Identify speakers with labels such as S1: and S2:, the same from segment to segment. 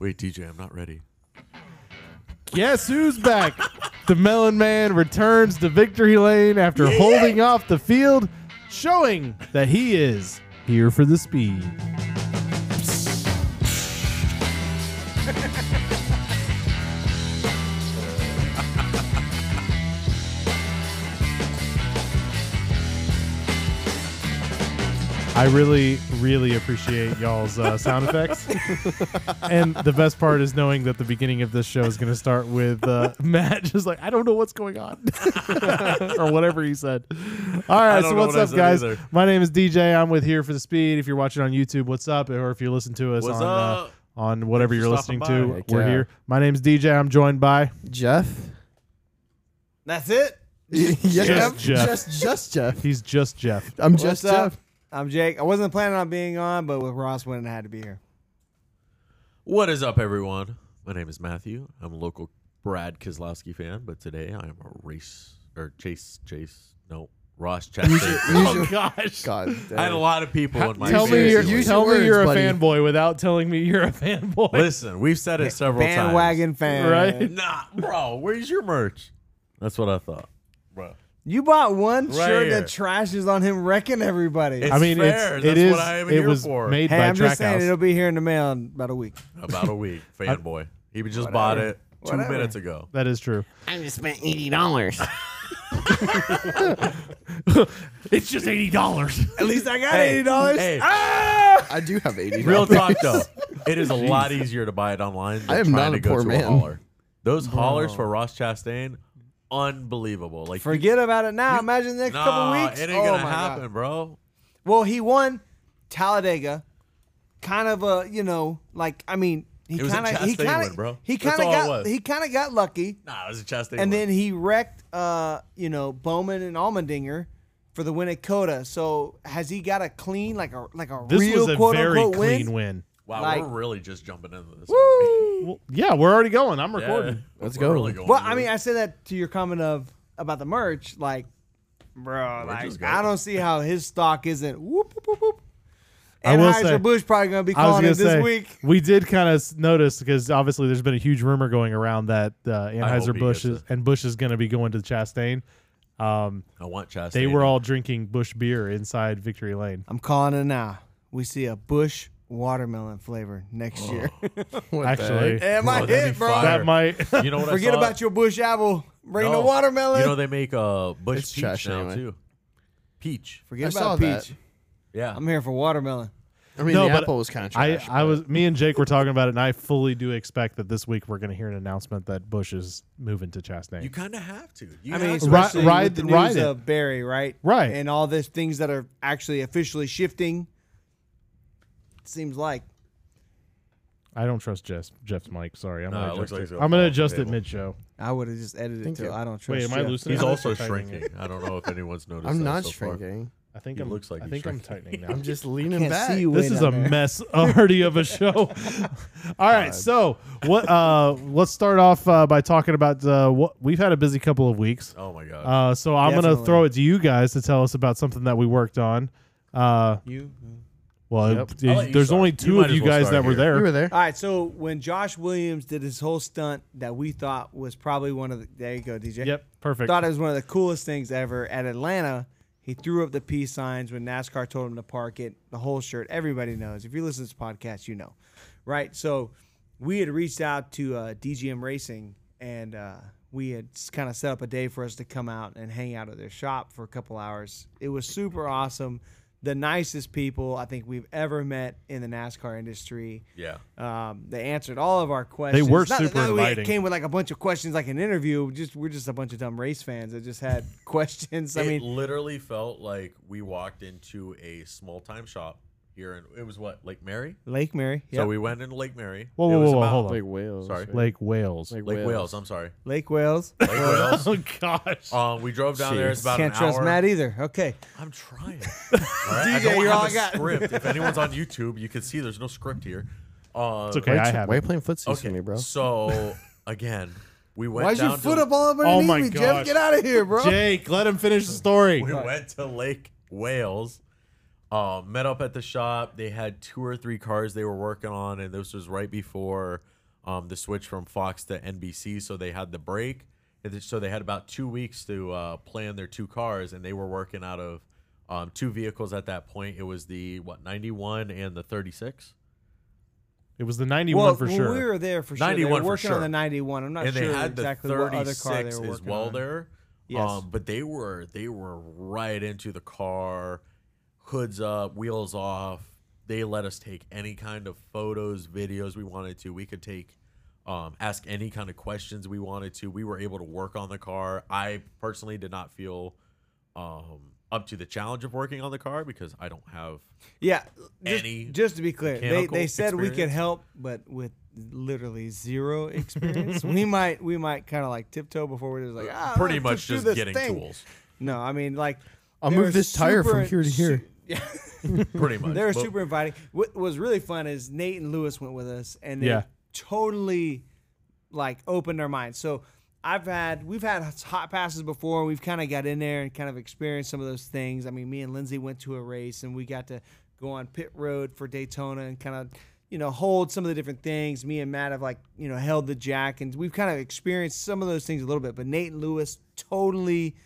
S1: Wait, DJ, I'm not ready.
S2: Guess who's back? the Melon Man returns to victory lane after holding off the field, showing that he is here for the speed. I really, really appreciate y'all's uh, sound effects. and the best part is knowing that the beginning of this show is going to start with uh, Matt just like, I don't know what's going on, or whatever he said. All right,
S1: don't
S2: so
S1: know
S2: what's
S1: what I
S2: up,
S1: said
S2: guys?
S1: either.
S2: My name is DJ. I'm with Here for the Speed. If you're watching on YouTube, what's up? Or if you listen to us
S1: What's
S2: on uh,
S1: up?
S2: on whatever
S1: Thanks
S2: you're
S1: for
S2: listening
S1: stopping
S2: to,
S1: by.
S2: we're
S3: Heck yeah.
S2: here. My name's DJ. I'm joined by
S3: Jeff?
S4: That's it.
S3: Yeah,
S2: Jeff. Jeff.
S3: Just, just Jeff.
S2: he's just Jeff.
S3: I'm
S4: What's
S3: just
S4: up?
S3: Jeff.
S4: I'm Jake. I wasn't planning on being on, but with Ross winning, I had to be here.
S1: What is up, everyone? My name is Matthew. I'm a local Brad Kislowski fan, but today I am a race or chase chase no Ross Chastain.
S2: Oh gosh.
S3: God damn.
S1: I had a lot of people in my
S2: Tell me
S1: fantasy
S2: you're,
S3: Use your
S1: league.
S2: tell me
S3: words,
S2: you're a
S3: buddy.
S2: fanboy without telling me you're a fanboy.
S1: Listen, we've said it several
S4: Bandwagon fan.
S2: Right?
S1: times. Nah, bro, where's your merch? That's what I thought, bro.
S4: You bought one
S1: Right
S4: shirt
S1: here.
S4: that trashes on him, wrecking everybody.
S1: It's-
S2: I mean,
S1: fair.
S2: it's,
S1: That's
S2: it is.
S1: what I am
S2: it
S1: here
S2: was
S1: for.
S2: made
S4: hey,
S2: by
S4: I'm just saying it'll
S2: Trackhouse.
S4: be here in the mail in about a week.
S1: About a week, fanboy. He just bought it two
S4: Whatever.
S1: minutes ago.
S2: That is true.
S5: I just spent eighty dollars.
S2: It's just eighty dollars.
S4: At least I got
S1: Hey,
S4: eighty dollars.
S1: hey. Ah!
S3: I do have 80.
S1: Real talk though, it is a lot easier to buy it online. Than
S3: I am
S1: trying
S3: not
S1: to
S3: a
S1: go
S3: poor
S1: to
S3: man.
S1: A hauler. Those haulers for Ross Chastain, unbelievable. Like
S4: Forget about it now. Imagine the next
S1: nah,
S4: couple weeks.
S1: it ain't
S4: Oh
S1: gonna
S4: my God.
S1: happen, bro.
S4: Well, he won Talladega. Kind of a you know like I mean he
S1: It was a
S4: kind of he
S1: Chastain win,
S4: kind
S1: bro.
S4: of he
S1: That's
S4: kind of
S1: all it
S4: got
S1: was.
S4: he kind of got lucky.
S1: Nah, it was a Chastain.
S4: and
S1: win.
S4: then he wrecked uh you know Bowman and Almendinger for the win at Coda. So has he got a clean like a like a
S2: This
S4: real
S2: was a
S4: quote
S2: very
S4: unquote
S2: clean
S4: win?
S2: win.
S1: wow,
S4: like-
S1: we're really just jumping into this.
S2: Well, yeah, we're already going. I'm
S1: Yeah,
S2: recording.
S3: Let's
S1: we're
S3: go.
S1: Really going
S4: Well,
S1: into
S4: I mean,
S1: it.
S4: I said that to your comment of about the merch, like, bro,
S1: Merch is
S4: like
S1: good.
S4: I don't see how his stock isn't whoop whoop whoop. whoop.
S2: I
S4: And
S2: will
S4: Heiser
S2: say-
S4: Bush probably gonna be
S2: I was
S4: calling
S2: gonna
S4: it this
S2: say
S4: week.
S2: we did kind of notice because obviously there's been a huge rumor going around that uh,
S1: hope he
S2: Anheuser Busch
S1: gets
S2: is, and Bush is going to be going to Chastain. Um,
S1: I want Chastain.
S2: they were all drinking Bush beer inside Victory Lane.
S4: I'm calling it now. We see a Bush watermelon flavor next year.
S3: What the
S2: Actually,
S3: heck?
S4: Am I
S1: Oh, that'd
S4: hit,
S1: be
S4: bro?
S1: fire.
S2: that might.
S1: You know what?
S4: Forget
S1: I saw?
S4: about your Bush apple. Bring
S1: No.
S4: the watermelon.
S1: You know they make uh Bush
S3: It's
S1: peach
S3: trash
S1: now
S3: anyway.
S1: too. Peach.
S4: Forget
S3: I saw
S4: about
S3: that.
S4: peach.
S1: Yeah.
S4: I'm here for watermelon.
S3: I mean,
S2: No,
S3: the
S2: but
S3: apple was kind of
S2: I,
S3: trash.
S2: I
S3: but-
S2: was me and Jake were talking about it, and I fully do expect that this week we're going to hear an announcement that Bush is moving to Chastain.
S1: you kind of have to. You
S4: I mean,
S1: have
S2: Ri-
S1: to.
S4: especially
S2: ride-
S4: with the
S2: ride
S4: news
S2: it.
S4: of Barry, right?
S2: Right.
S4: And all these things that are actually officially shifting. It seems like
S2: I don't trust Jeff, Jeff's mic. Sorry, I'm
S1: No,
S2: gonna
S1: it looks
S2: adjust
S1: like
S2: it.
S1: it's
S2: I'm gonna
S1: off the
S2: adjust it
S1: table.
S2: mid show.
S4: I would have just edited it
S3: Thank
S4: till
S3: you.
S4: I don't trust.
S2: Wait, am I
S4: Jeff.
S2: loosening?
S1: He's
S2: I'm
S1: also
S2: tightening
S1: shrinking.
S2: it.
S1: I don't know if anyone's noticed.
S3: I'm
S1: that
S3: not
S1: so far.
S3: shrinking.
S2: I think
S1: He
S2: I'm.
S1: looks like
S2: I
S1: he's
S2: think I'm
S1: shrinking.
S2: tightening now.
S3: I'm just leaning
S4: Can't
S3: back.
S4: see you.
S2: this
S4: way
S2: is a
S4: down there.
S2: mess already of a show. All right, so what? Uh, let's start off uh, by talking about uh, what we've had a busy couple of weeks.
S1: Oh my god.
S2: Uh, so I'm gonna
S4: Definitely.
S2: throw it to you guys to tell us about something that we worked on. Uh,
S4: You.
S2: well,
S3: Yep.
S2: it-
S1: I'll let you
S2: there's
S1: start.
S2: only
S1: You
S2: two
S1: might
S2: of
S1: as
S2: you
S1: well
S2: guys
S1: start
S2: that were
S1: here.
S2: there.
S3: You were there.
S4: All right, so when Josh Williams did his whole stunt that we thought was probably one of the there you go, DJ.
S2: Yep, perfect.
S4: Thought it was one of the coolest things ever at Atlanta. He threw up the peace signs when NASCAR told him to park it. The whole shirt, everybody knows. If you listen to this podcast, you know, right? So we had reached out to uh, DGM Racing, and uh, we had kind of set up a day for us to come out and hang out at their shop for a couple hours. It was super awesome. The nicest people I think we've ever met in the NASCAR industry.
S1: yeah.
S4: Um, they answered all of our questions.
S2: were
S4: Not-
S2: super
S4: not that we
S2: inviting.
S4: Came with like a bunch of questions, like an interview. Just we're just a bunch of dumb race fans that just had questions. I
S1: it
S4: mean,
S1: literally felt like we walked into a small time shop here, and it was what Lake Mary.
S4: Lake Mary,
S1: So
S4: yep.
S1: we went into Lake Mary.
S2: Whoa,
S1: It
S2: whoa,
S1: was
S2: whoa, whoa,
S1: about-
S2: hold on.
S3: Like whales.
S1: Sorry.
S3: right?
S2: Lake Wales.
S3: Like,
S1: Lake Wales. I'm sorry.
S4: Lake Wales.
S1: Lake Wales.
S2: oh gosh.
S1: Um, we drove down there. It's about
S4: Can't
S1: an
S4: trust
S1: hour.
S4: Matt either. Okay,
S1: I'm trying. All right? I
S4: DJ,
S1: don't
S4: you're
S1: have
S4: all
S1: a
S4: I got.
S1: script. if anyone's on YouTube, you can see there's no script here. Uh,
S2: It's okay.
S3: Why,
S2: I
S3: you-
S2: have
S3: why you
S2: it.
S3: playing footsie
S1: Okay,
S3: with me, bro?
S1: So again, we went.
S4: why's your
S1: down
S4: foot
S1: to,
S4: up all up
S2: Oh
S4: underneath
S2: my
S4: me,
S2: gosh.
S4: Jeff? Get out of here, bro.
S2: Jake, let him finish the story.
S1: We went to Lake Wales. um, Uh, met up at the shop. They had two or three cars they were working on, and this was right before um, the switch from Fox to NBC, so they had the break. And th- So they had about two weeks to uh, plan their two cars, and they were working out of um, two vehicles at that point. It was the what 91 and the 36,
S2: It was the 91 for
S4: when
S2: sure.
S4: we were there for sure.
S1: 91
S4: they
S1: for
S4: were working
S1: sure.
S4: on the 91. I'm not
S1: and
S4: sure
S1: they had the
S4: exactly what other
S1: 36
S4: car they were working
S1: as well
S4: on.
S1: there.
S4: Yes.
S1: Um, but they were they were right into the car, hoods up, wheels off. They let us take any kind of photos, videos we wanted to. We could take, um, ask any kind of questions we wanted to. We were able to work on the car. I personally did not feel um, up to the challenge of working on the car because I don't have
S4: Yeah. Just,
S1: Any
S4: just to be clear, they,
S1: mechanical
S4: they said we could
S1: experience?
S4: help, but with literally zero experience, we might we might kind of like tiptoe before we're just like ah,
S1: pretty
S4: let's
S1: much
S4: do
S1: just
S4: this
S1: getting
S4: thing."
S1: tools.
S4: No, I mean like
S3: I'll
S4: they
S3: move
S4: were
S3: this tire from here
S4: super-
S3: to here.
S4: Yeah.
S1: Pretty much.
S4: They were
S1: But-
S4: super inviting. What was really fun is Nate and Lewis went with us, and they
S2: Yeah.
S4: totally like opened their minds. So I've had we've had hot passes before. We've kind of got in there and kind of experienced some of those things. I mean, me and Lindsay went to a race, and we got to go on pit road for Daytona and kind of you know hold some of the different things. Me and Matt have like you know held the jack, and we've kind of experienced some of those things a little bit. But Nate and Lewis totally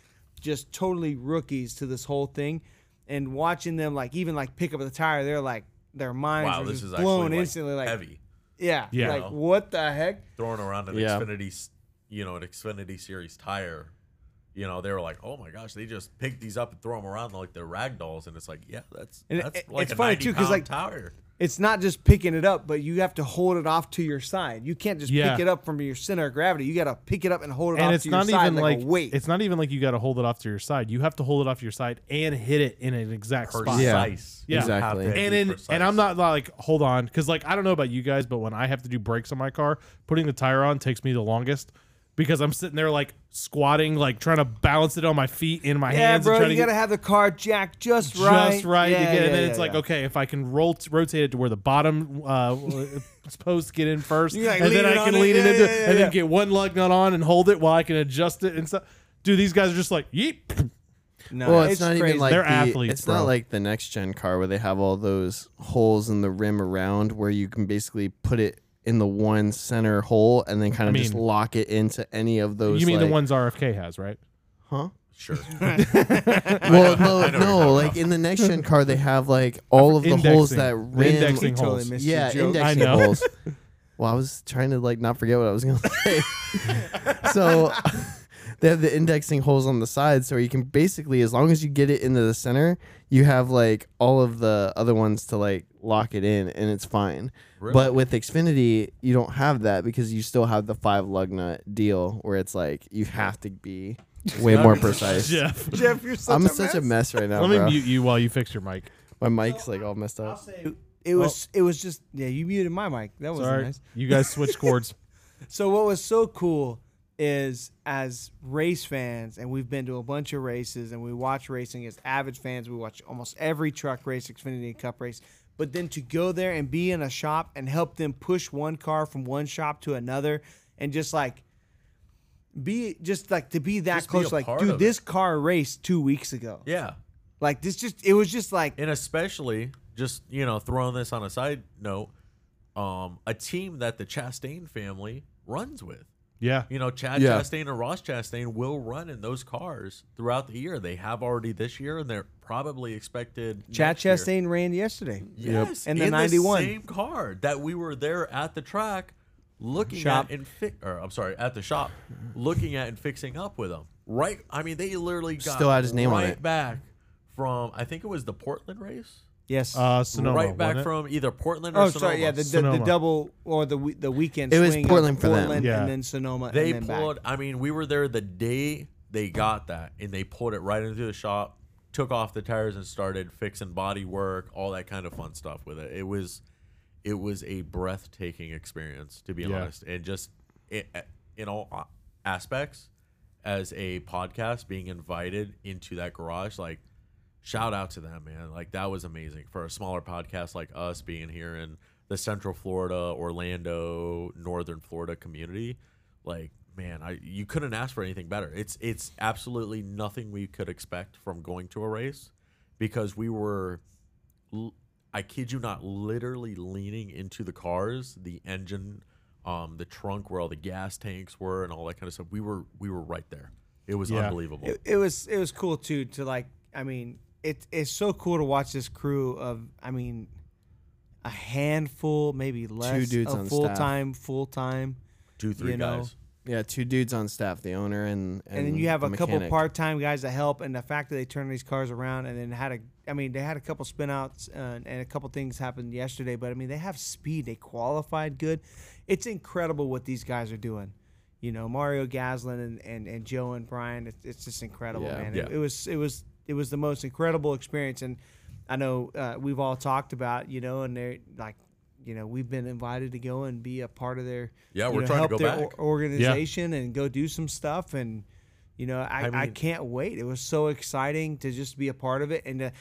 S4: just totally rookies to this whole thing and watching them like even like pick up the tire they're like their minds
S1: wow,
S4: were
S1: this
S4: just
S1: is
S4: blown
S1: actually like,
S4: instantly like
S1: heavy.
S4: yeah
S2: Yeah.
S4: like what the heck
S1: throwing around an
S3: Yeah.
S1: Xfinity, s- you know, an Xfinity series tire. You know, they were like, "Oh my gosh, they just pick these up and throw them around like they're rag dolls," and it's like, "Yeah, that's
S4: And
S1: that's
S4: it-
S1: like
S4: it's
S1: a
S4: funny,
S1: ninety
S4: too,
S1: pound
S4: 'cause, like-
S1: tire."
S4: it's not just picking it up but you have to hold it off to your side you can't just
S2: Yeah.
S4: pick it up from your center of gravity you got to pick it up and hold it off
S2: and it's
S4: to your
S2: not
S4: side
S2: even
S4: like,
S2: like,
S4: a weight
S2: it's not even like you got to hold it off to your side. You have to hold it off your side and hit it in an exact spot.
S3: Yeah.
S1: Precise,
S2: Yeah.
S1: You have
S3: Exactly.
S1: to be
S2: And in,
S1: precise.
S2: and I'm not like hold on because like I don't know about you guys, but when I have to do brakes on my car, putting the tire on takes me the longest because I'm sitting there like squatting, like trying to balance it on my feet in my
S4: yeah
S2: hands.
S4: bro
S2: and trying
S4: you
S2: to
S4: got to
S2: get
S4: have the car jacked just right
S2: just right
S4: yeah,
S2: to get,
S4: yeah,
S2: and then
S4: yeah,
S2: it's like
S4: yeah.
S2: okay, if I can roll rotate it to where the bottom uh, is supposed to get in first,
S4: You can, like,
S2: and
S4: lean
S2: then
S4: it
S2: I can
S4: on it.
S2: lean it
S4: Yeah,
S2: into,
S4: yeah, yeah,
S2: and
S4: yeah.
S2: then get one lug nut on and hold it while I can adjust it and stuff. Dude, these guys are just like yeep.
S4: no,
S3: Well, it's, not even
S4: crazy.
S3: like
S2: They're
S3: the,
S2: athletes,
S3: It's
S2: bro.
S3: not like the next gen car where they have all those holes in the rim around where you can basically put it in the one center hole and then kind of just
S2: mean-
S3: lock it into any of those.
S2: You mean the
S3: like-
S2: ones RFK has, right?
S3: Huh?
S1: sure.
S3: Well, no,
S1: I know what you're
S3: no.
S1: talking
S3: Like in the next gen car, they have like all of the holes
S2: Indexing.
S3: that rim.
S2: Indexing
S4: He totally
S2: holes.
S4: missed
S3: Yeah,
S4: your joke.
S3: indexing
S2: I know.
S3: holes. Well, I was trying to like not forget what I was gonna say. so they have the indexing holes on the side, so you can basically, as long as you get it into the center, you have like all of the other ones to like lock it in, and it's fine.
S1: Really?
S3: But with Xfinity, you don't have that because you still have the five lug nut deal, where it's like you have to be way more precise.
S2: Jeff.
S4: Jeff, you're such
S3: I'm
S4: a
S3: such
S4: mess.
S3: a mess right now,
S2: Let me
S3: bro.
S2: mute you while you fix your mic.
S3: My mic's like all messed up.
S4: it was
S3: Oh.
S4: it was just yeah you muted my mic that was
S2: Sorry.
S4: nice
S2: You guys switch chords.
S4: So what was so cool is as race fans, and we've been to a bunch of races, and we watch racing as avid fans. We watch almost every truck race, Xfinity and Cup race. But then to go there and be in a shop and help them push one car from one shop to another, and just like be just like to be that
S1: Just be
S4: close,
S1: a
S4: like
S1: part
S4: dude,
S1: of
S4: this car raced two weeks ago.
S1: yeah,
S4: Like this, just it was just like
S1: and especially just you know throwing this on a side note, um, a team that the Chastain family runs with.
S2: Yeah.
S1: You know, Chad
S3: Yeah.
S1: Chastain and Ross Chastain will run in those cars throughout the year. They have already this year, and they're probably expected.
S4: Chad
S1: next year.
S4: Chastain ran yesterday.
S1: Yes,
S4: And the
S1: in
S4: 91.
S1: same car that we were there at the track looking
S4: Shop.
S1: at and fi- or I'm sorry, at the shop looking at and fixing up with them. Right, I mean they literally got
S3: Still had his name on
S1: right
S3: it.
S1: back from I think it was the Portland race.
S4: Yes.
S2: Uh, Sonoma.
S1: right back
S2: wasn't it?
S1: from either Portland or
S4: Oh,
S1: Sonoma.
S4: sorry. Yeah, the, the, the
S2: Sonoma.
S4: double or the we- the weekend.
S3: It was
S4: swing of
S3: Portland for them.
S4: Portland
S2: Yeah.
S4: and then Sonoma.
S1: They
S4: and then
S1: pulled.
S4: Back.
S1: I mean, we were there the day they got that, and they pulled it right into the shop, took off the tires, and started fixing body work, all that kind of fun stuff with it. It was, it was a breathtaking experience to be
S2: Yeah.
S1: honest, and just it, in all a- aspects, as a podcast being invited into that garage, like. Shout out to them, man. Like that was amazing for a smaller podcast like us being here in the Central Florida, Orlando, Northern Florida community like man i you couldn't ask for anything better it's it's absolutely nothing we could expect from going to a race because we were l- i kid you not literally leaning into the cars the engine um, the trunk where all the gas tanks were and all that kind of stuff. We were we were right there. It was
S2: Yeah.
S1: unbelievable.
S4: It, it was it was cool too to like I mean it it's so cool to watch this crew of I mean a handful maybe less
S3: dudes on
S4: of
S3: staff.
S4: full time full time
S1: Two three
S4: you know,
S1: guys.
S3: Yeah, two dudes on staff, the owner and and,
S4: and then you have
S3: the
S4: a couple
S3: mechanic.
S4: part time guys that help and the fact that they turn these cars around and then had a I mean they had a couple spin outs uh, and a couple things happened yesterday but I mean they have speed they qualified good it's incredible what these guys are doing you know Mario Gaslin and, and, and Joe and Brian it's, it's just incredible
S3: Yeah.
S4: man It,
S1: Yeah.
S4: it was it was it was the most incredible experience and I know uh, we've all talked about you know and they're like you know we've been invited to go and be a part of their
S1: Yeah,
S4: you
S1: we're
S4: know,
S1: trying to
S4: help
S1: go
S4: their
S1: back.
S4: or- organization and go do some stuff and you know I, I,
S1: mean-
S4: can't wait it was so exciting to just be a part of it and to,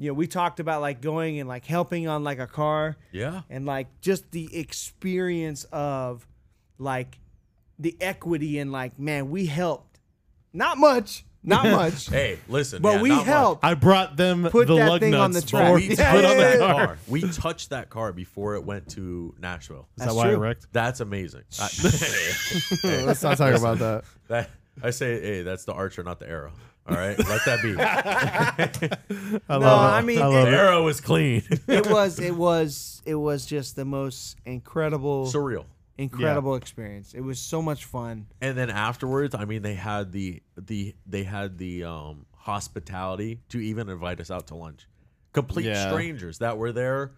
S4: you know we talked about like going and like helping on like a car
S1: Yeah.
S4: and like just the experience of like the equity and like man we helped not much not much
S1: Hey, listen.
S4: but
S1: yeah,
S4: we
S1: not much.
S4: helped
S2: I brought them
S4: Put
S2: the
S4: that
S2: lug
S4: thing
S2: nuts
S4: on the
S2: but
S4: track.
S2: we
S1: We
S4: Yeah,
S2: put
S1: touched
S2: on the
S4: yeah,
S1: that
S4: yeah.
S1: car. We touched that car before it went to Nashville.
S2: Is that
S4: That's
S2: why
S4: true.
S2: I wrecked?
S1: That's amazing. I, Hey,
S3: Let's not talk about that.
S1: that- I say, hey, that's the archer, not the arrow. All right, let that be.
S2: I
S4: No,
S2: love it.
S4: I mean,
S2: I
S1: the
S2: love it.
S1: arrow is clean.
S4: it was it was it was just the most incredible
S1: Surreal.
S4: incredible experience it was so much fun
S1: And then afterwards, I mean, they had the the they had the um, hospitality to even invite us out to lunch. Complete
S3: Yeah.
S1: strangers that were there.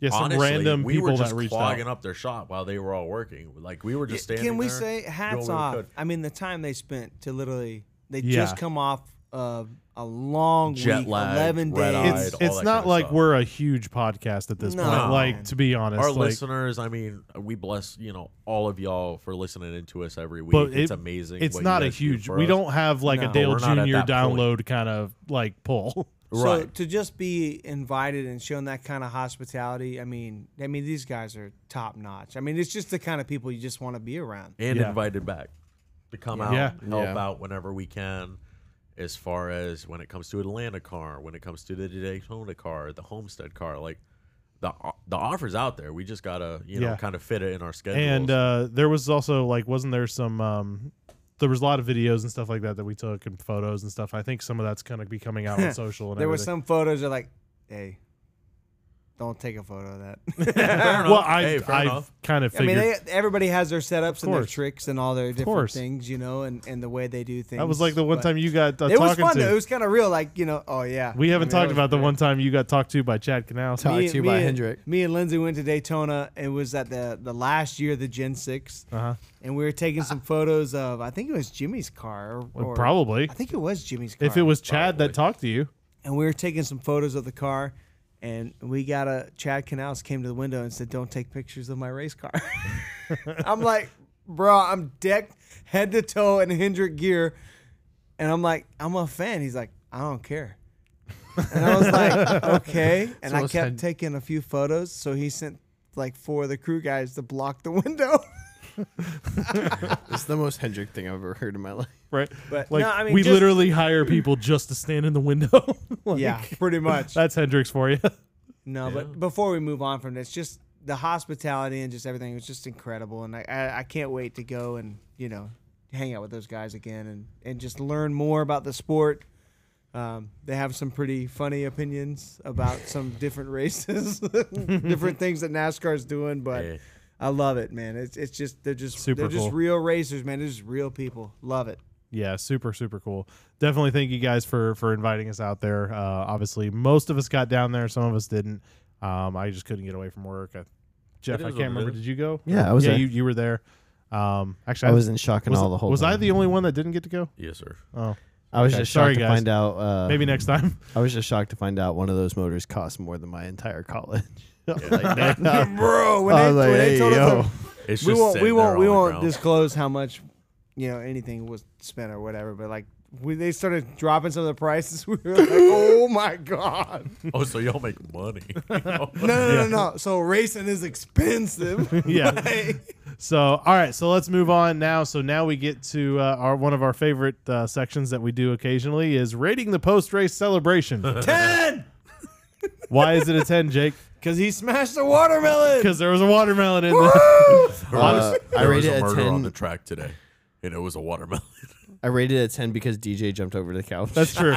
S2: Yeah, some
S1: Honestly,
S2: random
S1: we
S2: people
S1: were just
S2: that reached out.
S1: clogging up their shop while they were all working. Like we were just standing.
S4: Can we
S1: there
S4: say
S1: doing
S4: hats
S1: what we
S4: off?
S1: could.
S4: I mean, the time they spent to literally they
S2: Yeah.
S4: just come off of a long
S1: Jet
S4: week,
S1: lagged,
S4: eleven
S1: red
S4: days.
S2: It's,
S1: all that
S2: it's
S1: kind
S2: not
S1: of
S2: like
S1: stuff.
S2: we're a huge podcast at this point.
S4: No.
S2: Like to be honest,
S1: Our
S2: like,
S1: listeners, I mean, we bless you know all of y'all for listening into us every week.
S2: but
S1: it's
S2: it-
S1: amazing.
S2: It's
S1: what you
S2: not a
S1: guys do
S2: huge.
S1: for
S2: We
S1: us.
S2: don't have like
S4: No,
S2: a Dale
S1: we're not at
S2: Junior
S1: that point.
S2: download kind of like pull.
S4: So
S1: right.
S4: to just be invited and shown that kind of hospitality, I mean, I mean these guys are top notch. I mean, it's just the kind of people you just want to be around.
S1: and
S2: Yeah.
S1: invited back to come out
S2: Yeah.
S1: and help
S3: Yeah.
S1: out whenever we can as far as when it comes to Atlanta car, when it comes to the Daytona car, the Homestead car, like the uh, the offers out there. We just got to, you know,
S2: Yeah.
S1: kind of fit it in our schedules.
S2: And uh, there was also like, wasn't there some? Um, there was a lot of videos and stuff like that that we took and photos and stuff. I think some of that's gonna be coming out on social. And
S4: There were
S2: everything.
S4: some photos that like, hey, don't take a photo of that.
S1: Fair enough.
S2: Well, I
S1: Hey, fair
S2: I
S1: enough.
S2: kind of
S4: I mean,
S2: figured
S4: they, everybody has their setups and their
S2: course.
S4: tricks and all their different
S2: course.
S4: things, you know, and, and the way they do things.
S2: that was like the one
S4: But-
S2: time you got uh,
S4: it was
S2: talking
S4: fun.
S2: to.
S4: Though. It was kind of real, like you know. Oh yeah,
S2: we haven't
S4: I mean, that
S2: talked
S4: was
S2: about the
S4: great.
S2: one time you got talked to by Chad Canals.
S3: Talk-
S4: Me-
S3: to you
S4: me
S3: by
S4: and-
S3: Hendrick.
S4: Me and Lindsay went to Daytona. It was at the the last year of the Gen 6
S2: Uh-huh.
S4: and we were taking some photos of I think it was Jimmy's car. Or,
S2: Well,
S4: or-
S2: probably.
S4: I think it was Jimmy's car.
S2: If it was Chad
S1: Probably.
S2: that talked to you,
S4: and we were taking some photos of the car. And we got a Chad Canals came to the window and said, "Don't take pictures of my race car." I'm like, bro, I'm decked head to toe in Hendrick gear, and I'm like, I'm a fan. He's like, I don't care. And I was like, okay. And
S3: So
S4: I
S3: was
S4: kept
S3: Hen-
S4: taking a few photos. So he sent like four of the crew guys to block the window.
S3: It's the most Hendrick thing I've ever heard in my life.
S2: right?
S4: But
S2: Like
S4: no, I mean,
S2: we
S4: just-
S2: literally hire people just to stand in the window. Like,
S4: yeah, pretty much.
S2: that's Hendrix for you.
S4: No,
S1: Yeah.
S4: but before we move on from this, just the hospitality and just everything was just incredible, and I, I, I can't wait to go and you know hang out with those guys again and and just learn more about the sport. Um, they have some pretty funny opinions about some different races, different things that NASCAR is doing, but
S1: Hey.
S4: I love it, man. It's it's just they're just
S2: Super
S4: they're just
S2: cool.
S4: real racers, man. They're just real people. Love it.
S2: Yeah, super super cool. Definitely thank you guys for for inviting us out there. Uh, obviously, most of us got down there, some of us didn't. Um, I just couldn't get away from work. I, Jeff,
S1: It
S2: I
S1: is
S2: can't
S1: what it
S2: remember.
S1: is.
S2: Did you go?
S3: Yeah, I was
S2: Yeah,
S3: there.
S2: you you were there. Um, actually,
S3: I was in shock and
S2: was-
S3: all the whole
S2: Was I
S3: time.
S2: the only one that didn't get to go?
S1: yes, sir.
S2: Oh,
S3: I was
S2: Okay,
S3: just
S2: sorry,
S3: shocked to
S2: guys.
S3: find out. Uh,
S2: maybe next time.
S3: I was just shocked to find out one of those motors cost more than my entire college. like,
S4: Bro, when,
S3: I
S4: they,
S3: was like,
S4: when they
S3: "Hey,
S4: told
S3: yo."
S4: us the-
S1: It's
S4: we
S1: just
S4: won't we
S1: sitting
S4: won't
S1: there
S4: we
S1: on the
S4: won't
S1: ground.
S4: disclose how much you know anything was spent or whatever but like when they started dropping some of the prices we were like oh my god
S1: Oh, so y'all make money.
S4: no no no no so racing is expensive
S2: Yeah.
S4: Like,
S2: So, all right. So let's move on now. So now we get to uh, our one of our favorite uh, sections that we do occasionally is rating the post race celebration.
S4: 10
S2: Why is it a ten, Jake?
S4: Because he smashed a watermelon.
S2: because there was a watermelon in there.
S3: Uh, I
S1: There was
S3: rated
S1: a
S3: it a
S1: murder on the
S3: ten.
S1: track today, and it was a watermelon.
S3: I rated it a ten because DJ jumped over the couch.
S2: That's true.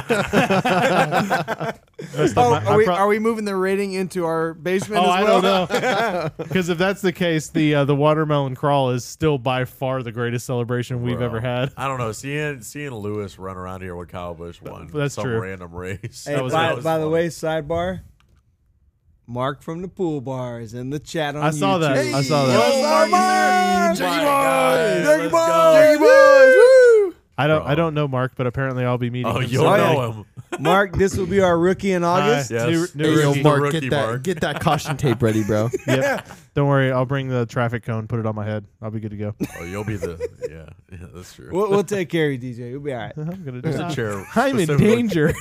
S2: Messed
S4: Oh,
S2: up my-
S4: are,
S2: I
S4: we,
S2: pro-
S4: are we moving the rating into our basement
S2: Oh,
S4: as
S2: I
S4: well?
S2: don't know. Because if that's the case, the uh, the watermelon crawl is still by far the greatest celebration we've
S1: Bro.
S2: ever had.
S1: I don't know. Seeing seeing Lewis run around here when Kyle Bush won
S2: That's
S1: some
S2: true.
S1: random race.
S4: Hey,
S1: That was-
S4: by,
S1: that was
S4: by the
S1: funny.
S4: way, sidebar. Mark from the pool bar is in the chat on
S2: I saw that.
S4: YouTube.
S2: I saw that.
S4: Yes,
S1: Mark,
S4: Mark!
S1: Jiggy boys,
S4: Jiggy
S1: let's
S4: boys,
S1: go.
S4: Jiggy boys, woo!
S2: I don't
S1: Bro.
S2: I don't know Mark, but apparently I'll be meeting.
S1: oh,
S2: him
S1: you'll
S2: someday.
S1: know him.
S4: Mark, this will be our rookie in
S2: Hi.
S4: August.
S1: Yes.
S2: New,
S3: Hey,
S2: new
S3: yo,
S2: rookie.
S1: Mar-
S3: Mark,
S1: Rookie
S3: get that
S1: Mark.
S3: get that caution tape ready, bro.
S2: Yep. Don't worry, I'll bring the traffic cone, put it on my head. I'll be good to go.
S1: Oh, you'll be the yeah. Yeah, that's true.
S4: We'll, we'll take care of you, DJ. You'll be all right.
S2: I'm gonna do
S1: The
S2: that.
S1: chair
S2: I'm in
S1: specifically-
S2: danger.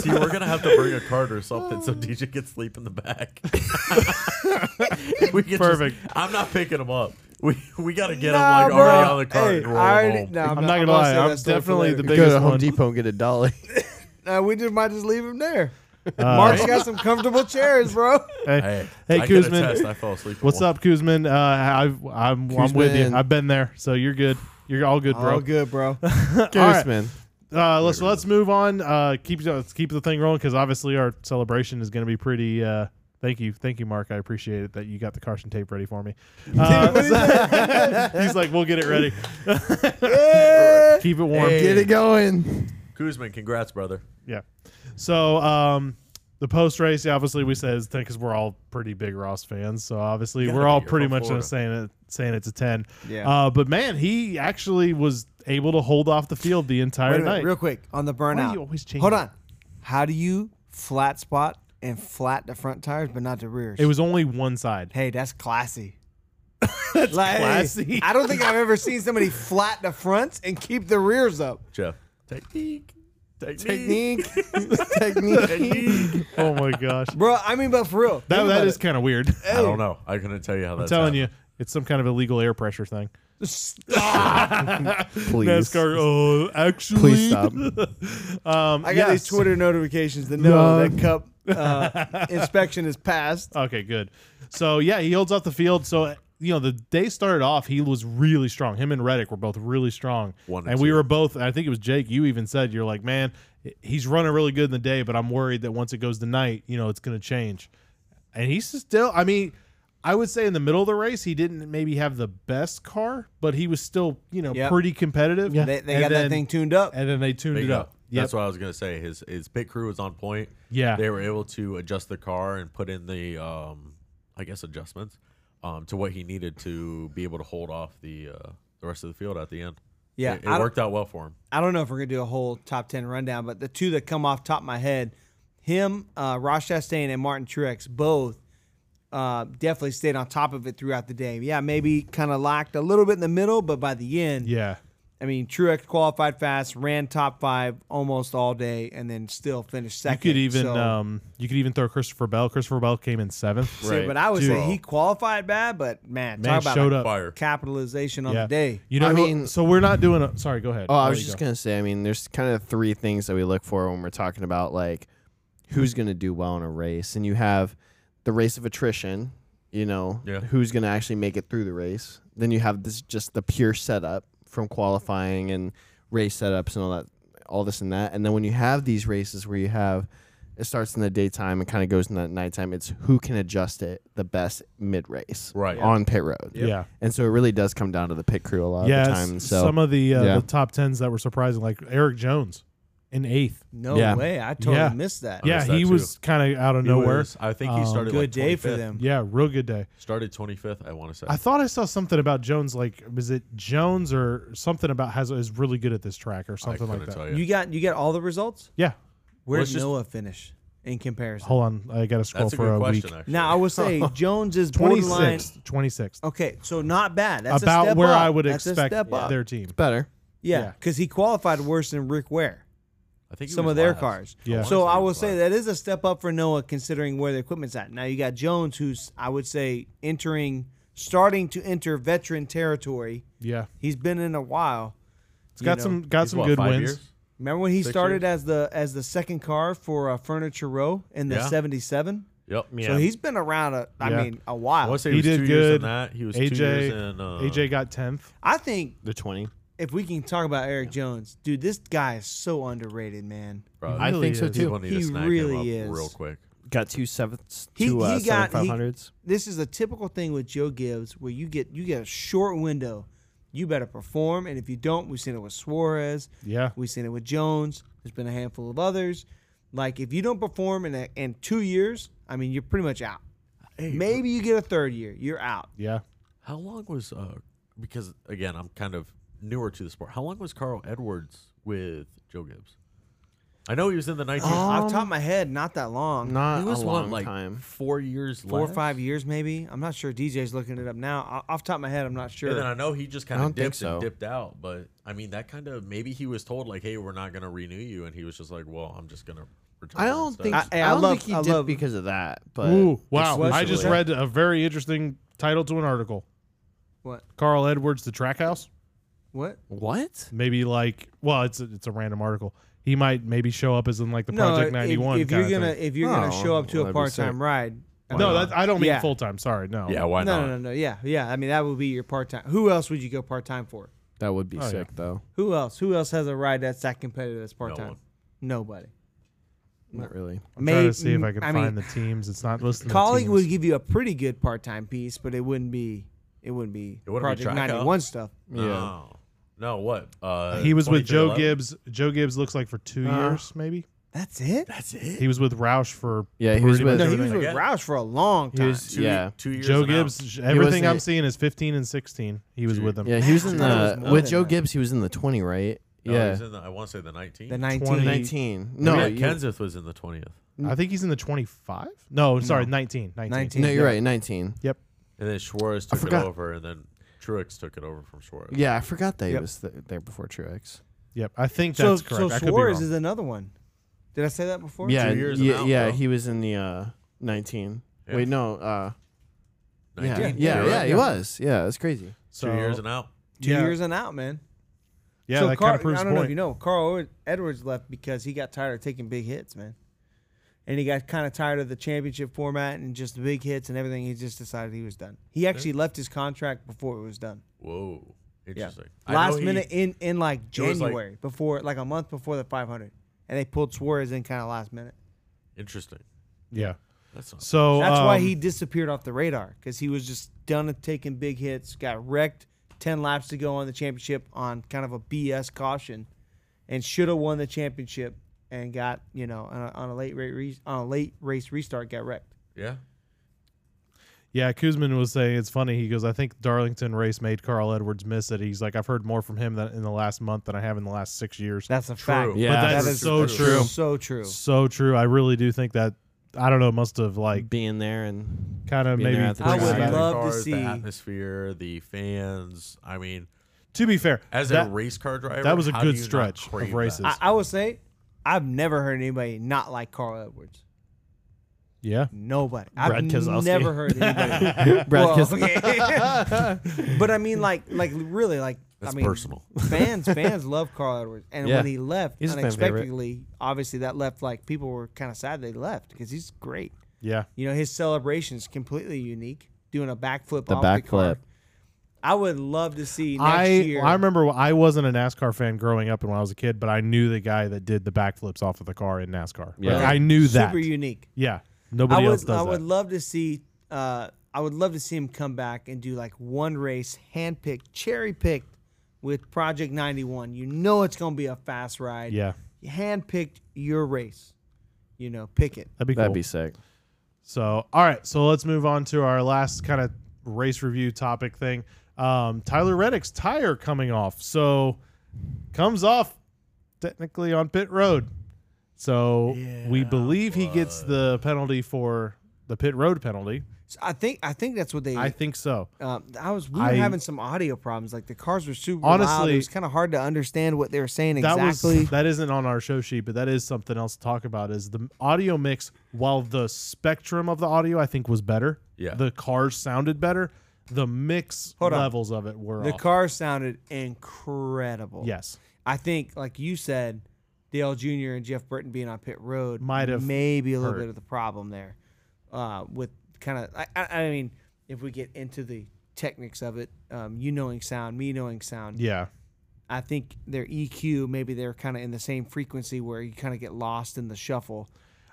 S1: See, we're gonna have to bring a cart or something so DJ can sleep in the back. we can just-
S2: Perfect.
S1: I'm not picking him up. We we gotta get
S4: Nah,
S1: him like already
S4: bro.
S1: on the cart
S4: Hey,
S1: and roll
S4: I already-
S1: him home.
S4: nah,
S2: I'm not gonna
S4: I'll
S2: lie,
S4: save
S2: I'm
S4: that story for
S2: definitely
S4: later.
S2: the
S3: Go
S2: Biggest
S3: to Home
S2: one.
S3: Depot and get a dolly.
S4: Uh, we just might just leave him there.
S2: Uh,
S4: Mark's got some comfortable chairs, bro.
S2: hey,
S1: Hey,
S2: hey,
S1: I can
S2: Kuzman.
S1: attest, I fell asleep. in
S2: What's
S1: one.
S2: up, Kuzman? Uh, I've, I'm I'm with you.
S3: Kuzman.
S2: I've been there, so you're good. You're all good, bro.
S4: All good, bro.
S2: All right.
S3: Goose, man.
S2: Uh, let's let's move on. Uh, keep let's keep the thing rolling because obviously our celebration is going to be pretty. Uh, thank you, thank you, Mark. I appreciate it that you got the caution tape ready for me. Uh, he's like, we'll get it ready. keep it warm.
S1: Hey.
S3: Get it going.
S1: Kuzman? Congrats, brother.
S2: Yeah. So um, the post race, obviously, we said because we're all pretty big Ross fans, so obviously
S1: Gotta
S2: we're
S1: be.
S2: all
S1: You're
S2: pretty
S1: from
S2: much
S1: Florida.
S2: saying it, saying it's a ten.
S4: Yeah.
S2: Uh, but man, he actually was able to hold off the field the entire
S4: Wait a minute,
S2: night.
S4: real quick on the burnout.
S2: you always change
S4: Hold
S2: it?
S4: on. How do you flat spot and flat the front tires but not the rears?
S2: it was only one side.
S4: Hey, that's classy. that's
S2: classy.
S4: I don't think I've ever seen somebody flat the fronts and keep the rears up.
S1: Jeff. Technique. Technique.
S4: Technique, technique,
S1: Technique.
S2: oh my gosh,
S4: bro. I mean, but for real,
S2: that
S4: think
S2: that
S4: about
S2: is kind of weird.
S1: I don't know. I couldn't tell you how that's
S2: telling you, it's some kind of illegal air pressure thing.
S4: it. Stop.
S3: Please.
S2: NASCAR. Oh, actually,
S3: Please stop.
S2: Um,
S4: I got
S2: yes.
S4: these Twitter notifications that know that cup uh, inspection is passed.
S2: Okay, good. So yeah, he holds off the field. So you know, the day started off, he was really strong. Him and Reddick were both really strong.
S1: One and
S2: and we
S1: two.
S2: were both. I think it was Jake. You even said you're like, man, he's running really good in the day, but I'm worried that once it goes to night, you know, it's going to change. And he's still. I mean. I would say in the middle of the race, he didn't maybe have the best car, but he was still, you know,
S4: Yep.
S2: pretty competitive. Yeah.
S4: They, they got that thing tuned up.
S2: Uh, and then they tuned
S1: Big
S2: it up.
S1: up.
S2: Yep.
S1: That's what I was gonna say. His his pit crew was on point.
S2: Yeah.
S1: they were able to adjust the car and put in the um, I guess adjustments um, to what he needed to be able to hold off the uh, the rest of the field at the end.
S4: Yeah,
S1: it, it
S4: I don't-
S1: worked out well for him.
S4: I don't know if we're gonna do a whole top ten rundown, but the two that come off top of my head, him, uh, Ross Chastain, and Martin Truex both uh, definitely stayed on top of it throughout the day. Yeah, maybe kind of lacked a little bit in the middle, but by the end,
S2: yeah.
S4: I mean Truex qualified fast, ran top five almost all day, and then still finished
S2: You
S4: second.
S2: could even
S4: So-
S2: um, you could even throw Christopher Bell. Christopher Bell came in seventh.
S4: See, but I would
S2: Dude.
S4: say he qualified bad, but man,
S2: Man
S4: talk about
S2: showed
S4: like,
S2: up.
S1: Fire.
S4: capitalization on
S2: yeah.
S4: the day.
S2: You know,
S3: I
S2: who-
S3: mean-
S2: so we're not doing a. Sorry, go ahead.
S3: Oh, I
S2: There
S3: was
S2: you
S3: just
S2: go.
S3: gonna say. I mean, there's kind of three things that we look for when we're talking about like who's gonna do well in a race, and you have the race of attrition. You know,
S1: Yeah.
S3: who's gonna actually make it through the race. Then you have this just the pure setup from qualifying and race setups and all that, all this and that. And then when you have these races where you have it starts in the daytime and kind of goes in the nighttime, it's who can adjust it the best mid race,
S1: Right. Yeah.
S3: on pit road.
S2: Yeah.
S3: And so it really does come down to the pit crew a lot
S2: Yeah,
S3: of the
S2: s-
S3: time. So
S2: some of the uh,
S3: yeah.
S2: the top tens that were surprising, like Eric Jones, in eighth.
S4: No
S3: Yeah.
S4: way, I totally
S2: Yeah.
S4: missed that.
S2: yeah,
S1: missed that
S2: he
S1: too.
S2: was kind of out of
S1: He
S2: nowhere.
S1: was- I think he
S2: Um,
S1: started
S4: good
S1: like
S4: day for
S1: 25th.
S4: them.
S2: yeah, real good day.
S1: Started 25th. I want to say.
S2: I thought I saw something about Jones. Like, was it Jones or something about has is really good at this track or
S1: I
S2: something like
S1: couldn't
S2: that?
S1: tell
S4: You got you got all the results.
S2: Yeah,
S4: Where
S1: Let's
S4: did
S1: just-
S4: Noah finish in comparison?
S2: hold on, I got to scroll
S1: That's a
S2: for
S1: good
S2: a
S1: question.
S2: week.
S1: Actually.
S4: Now I would say Jones is
S2: Twenty
S4: borderline.
S2: sixth, twenty sixth,
S4: Okay, so not bad. That's a
S2: about
S4: step
S2: where
S4: up.
S2: I would
S4: That's a
S2: expect
S4: step up.
S2: their team.
S3: better.
S4: Yeah,
S2: Yeah.
S4: because he qualified worse than Rick Ware.
S1: I think he
S4: Some
S1: was
S4: of their
S1: last.
S4: cars.
S2: Yeah.
S1: wanna
S4: So I
S1: he
S4: will
S1: was
S4: say
S1: last.
S4: that is a step up for Noah considering where the equipment's at. Now you got Jones, who's I would say entering, starting to enter veteran territory.
S2: Yeah,
S4: He's been in a while.
S2: it's got some got
S1: He's
S2: some
S1: what,
S2: good
S1: five
S2: wins.
S1: years?
S4: Remember when he
S1: Six
S4: started
S1: years?
S4: as the as the second car for uh, Furniture Row in the
S1: Yeah.
S4: '77?
S1: Yep. Yeah.
S4: So he's been around. A, I
S2: Yeah.
S4: mean, a
S1: I
S4: while.
S1: want to say
S2: He
S1: he, was
S2: did
S1: two years
S2: good.
S1: in that. He was two
S2: AJ
S1: years in. Uh,
S2: AJ got tenth.
S4: I think
S5: The 20.
S4: if we can talk about Eric Jones, dude, this guy is so underrated, man.
S1: bro,
S5: I
S2: really
S5: think so
S2: is.
S1: he's
S5: too.
S1: gonna need
S4: He
S1: to snag
S4: really
S1: him up
S4: is.
S1: real quick.
S5: Got two sevenths,
S4: He-
S5: two uh,
S4: he got-
S5: seven
S4: he-
S5: 500s.
S4: This is a typical thing with Joe Gibbs, where you get you get a short window. You better perform, and if you don't, we've seen it with Suarez.
S2: Yeah.
S4: We've seen it with Jones. There's been a handful of others. Like if you don't perform in a, in two years, I mean, you're pretty much out. Maybe you get a third year, you're out.
S2: Yeah.
S1: How long was uh because again I'm kind of newer to the sport. How long was Carl Edwards with Joe Gibbs? I know he was in the 19.
S4: Off the top of my head, not that long.
S5: Not
S1: he was
S5: Oh, a
S1: what,
S5: long
S1: like
S5: time.
S1: four years,
S4: Four or
S1: left?
S4: five years, maybe. I'm not sure. DJ's looking it up now. O- Off the top of my head, I'm not sure.
S1: And then I know he just kind
S5: I
S1: of
S5: don't think
S1: dipped
S5: so.
S1: and dipped out. But I mean, that kind of maybe he was told like, "Hey, we're not gonna renew you," and he was just like, "Well, I'm just gonna." Retire
S5: I don't
S1: instead."
S5: think
S4: I-
S5: I,
S4: hey, I
S5: don't
S4: love-
S5: think he
S4: I
S5: did
S4: love-
S5: because of that. But
S2: Ooh, wow.
S4: Exclusively.
S2: I just read a very interesting title to an article.
S4: what?
S2: Carl Edwards, the track house.
S4: What?
S5: what?
S2: Maybe like, well, it's a, it's a random article. He might maybe show up as in like the Project
S4: if-
S2: ninety one.
S4: If, you're gonna if you're gonna
S5: Oh,
S4: show up to a
S5: well, that'd be
S4: part time
S5: sick.
S4: ride, I
S2: no,
S4: mean,
S2: that, I don't mean
S4: Yeah.
S2: full time. Sorry, no.
S1: Yeah, why
S4: no,
S1: not?
S4: no, no, no, yeah, yeah. I mean, that would be your part time. Who else would you go part time for?
S5: That would be
S2: Oh, yeah.
S5: sick, though.
S4: Who else? Who else has a ride that's that competitive that's part time?
S1: one.
S4: Nobody.
S5: Not really.
S2: I'm trying
S4: May-
S2: to see if I can
S4: I mean,
S2: find the teams. It's not listed.
S4: colleague
S2: the
S4: would
S2: teams.
S4: give you a pretty good part time piece, but it wouldn't be it wouldn't be
S1: It wouldn't be
S4: Project
S1: track out.
S4: ninety one stuff.
S1: No.
S5: Uh,
S1: Oh. No, what? Uh,
S2: He was with Joe
S1: 2311?
S2: Gibbs. Joe Gibbs looks like for two
S4: Uh-huh.
S2: years, maybe.
S4: That's it.
S1: That's it.
S2: He was with Roush for
S5: Yeah, he was
S2: pretty much
S5: with-
S4: No, he was
S2: everything.
S4: with
S1: Yeah.
S4: Roush for a long
S5: He
S4: time.
S5: was, yeah.
S1: Two years. and
S2: Joe
S1: out.
S2: Gibbs. Everything
S5: wasn't
S2: I'm
S5: it.
S2: seeing is 15 and 16. He was with them.
S5: Yeah, he was
S4: I
S5: in
S4: thought it was
S5: the.
S4: more
S5: with
S4: than
S5: Joe
S4: that.
S5: Gibbs, he was in the 20, right?
S1: No, he
S5: yeah.
S1: was Oh, in the- I want to say the 19.
S4: the nineteen.
S2: 20.
S5: 19. No,
S1: yeah,
S5: you-
S1: Kenseth was in the 20th,
S2: I think he's in the 25. No, sorry, 19. 19.
S4: 19.
S5: no, you're
S4: Yeah.
S5: right. 19.
S1: and then Schwartz took it
S5: forgot.
S1: over, and then Truex took it over from Schwartz.
S5: Yeah, I forgot that
S4: Yep.
S5: he was th- there before Truex.
S2: Yep, I think
S4: So
S2: that's
S4: so
S2: correct. I could be
S4: Suarez
S2: wrong.
S4: is another one. Did I say that before?
S5: Yeah,
S1: two years
S5: yeah,
S1: and out,
S5: yeah.
S1: bro.
S5: He was in the uh, 19.
S1: Yeah.
S5: Wait, no. Uh, yeah,
S1: 19.
S5: yeah,
S1: You're
S5: yeah,
S1: right.
S5: He was. Yeah, that's crazy.
S1: Two
S2: So-
S1: years and out.
S4: two
S2: Yeah.
S4: years and out, man.
S2: Yeah,
S4: so
S2: that
S4: Carl,
S2: kind of proves the
S4: I don't know if
S2: point.
S4: you know, Carl Edwards left because he got tired of taking big hits, man. And he got kind of tired of the championship format and just the big hits and everything. He just decided he was done. He actually left his contract before it was done.
S1: Whoa, interesting. I know
S4: Last
S1: he-
S4: minute in in like
S1: It was like-
S4: January before like a month before the 500, and they pulled Suarez in kind of last minute.
S1: Interesting.
S2: Yeah.
S1: That's not.
S2: So
S4: That's why
S2: um,
S4: he disappeared off the radar because he was just done with taking big hits, got wrecked 10 laps to go on the championship on kind of a BS caution, and should have won the championship and got you know on a, on a late rate re- on a late race restart got wrecked.
S1: Yeah.
S2: Yeah, Kuzman was saying it's funny. He goes, I think Darlington race made Carl Edwards miss it. He's like, I've heard more from him than in the last month than I have in the last six years.
S4: That's a
S1: True.
S4: fact.
S5: Yeah,
S2: but
S4: that
S2: that's
S4: is
S2: so true.
S4: So true.
S2: So true. I really do think that. I don't know. Must have like
S5: Being there and
S2: kind of
S5: Being there
S2: maybe.
S5: at the
S2: pushed
S4: I would
S2: it back.
S1: Exciting
S4: love to
S1: cars,
S4: see-
S1: the atmosphere, the fans. I mean,
S2: To be fair,
S1: as
S2: that,
S1: a race car driver,
S2: that was a
S1: how
S2: good
S1: do you not
S2: stretch of
S1: crave that?
S2: races.
S4: I, I would say I've never heard anybody not like Carl Edwards.
S2: yeah,
S4: Nobody. I've
S5: Brad Keselowski.
S4: never heard anybody.
S5: Brad
S4: Well,
S5: Keselowski.
S4: okay. but I mean, like, like really, like
S1: That's
S4: I mean,
S1: personal.
S4: fans, fans love Carl Edwards, and
S5: Yeah.
S4: when he left
S5: He's a fan favorite.
S4: unexpectedly, obviously that left like people were kind of sad they left because he's great.
S2: yeah.
S4: You know, his celebration's completely unique, doing a backflip.
S5: The
S4: off the car.
S5: backflip.
S4: I would love to see next
S2: I
S4: year.
S2: I remember wh- I wasn't a NASCAR fan growing up and when I was a kid, but I knew the guy that did the backflips off of the car in NASCAR. Yeah,
S5: Yeah.
S2: I knew that.
S4: super unique.
S2: yeah,
S4: I
S2: nobody
S4: would,
S2: else does
S4: I
S2: that.
S4: would love to see. Uh, I would love to see him come back and do like one race, handpicked, cherry picked, with Project 91. You know it's gonna be a fast ride.
S2: yeah,
S4: You handpicked your race. You know, pick it.
S2: that'd be cool.
S5: That'd be sick.
S2: so all right, so let's move on to our last kind of race review topic thing. Um, Tyler Reddick's tire coming off, so comes off technically on pit road. So we believe he gets the penalty for the pit road penalty.
S4: So I think I think that's what they.
S2: I
S4: I,
S2: think so.
S4: I was we were
S2: I-
S4: having some audio problems. Like the cars were super loud. It
S2: Honestly-
S4: was kind of hard to understand what they were saying
S2: that
S4: exactly.
S2: was that isn't on our show sheet, but that is something else to talk about. Is the audio mix? While the spectrum of the audio I think was better,
S1: Yeah.
S2: the cars sounded better. The mix
S4: Hold on.
S2: levels of it were
S4: the
S2: off.
S4: car sounded incredible.
S2: Yes,
S4: I think, like you said, Dale Jr. and Jeff Burton being on pit road
S2: Might have
S4: maybe a little
S2: hurt.
S4: bit of the problem there uh, with kind of. I, I, I mean, if we get into the techniques of it, um, you knowing sound, me knowing sound,
S2: Yeah.
S4: I think their EQ maybe they're kind of in the same frequency where you kind of get lost in the shuffle.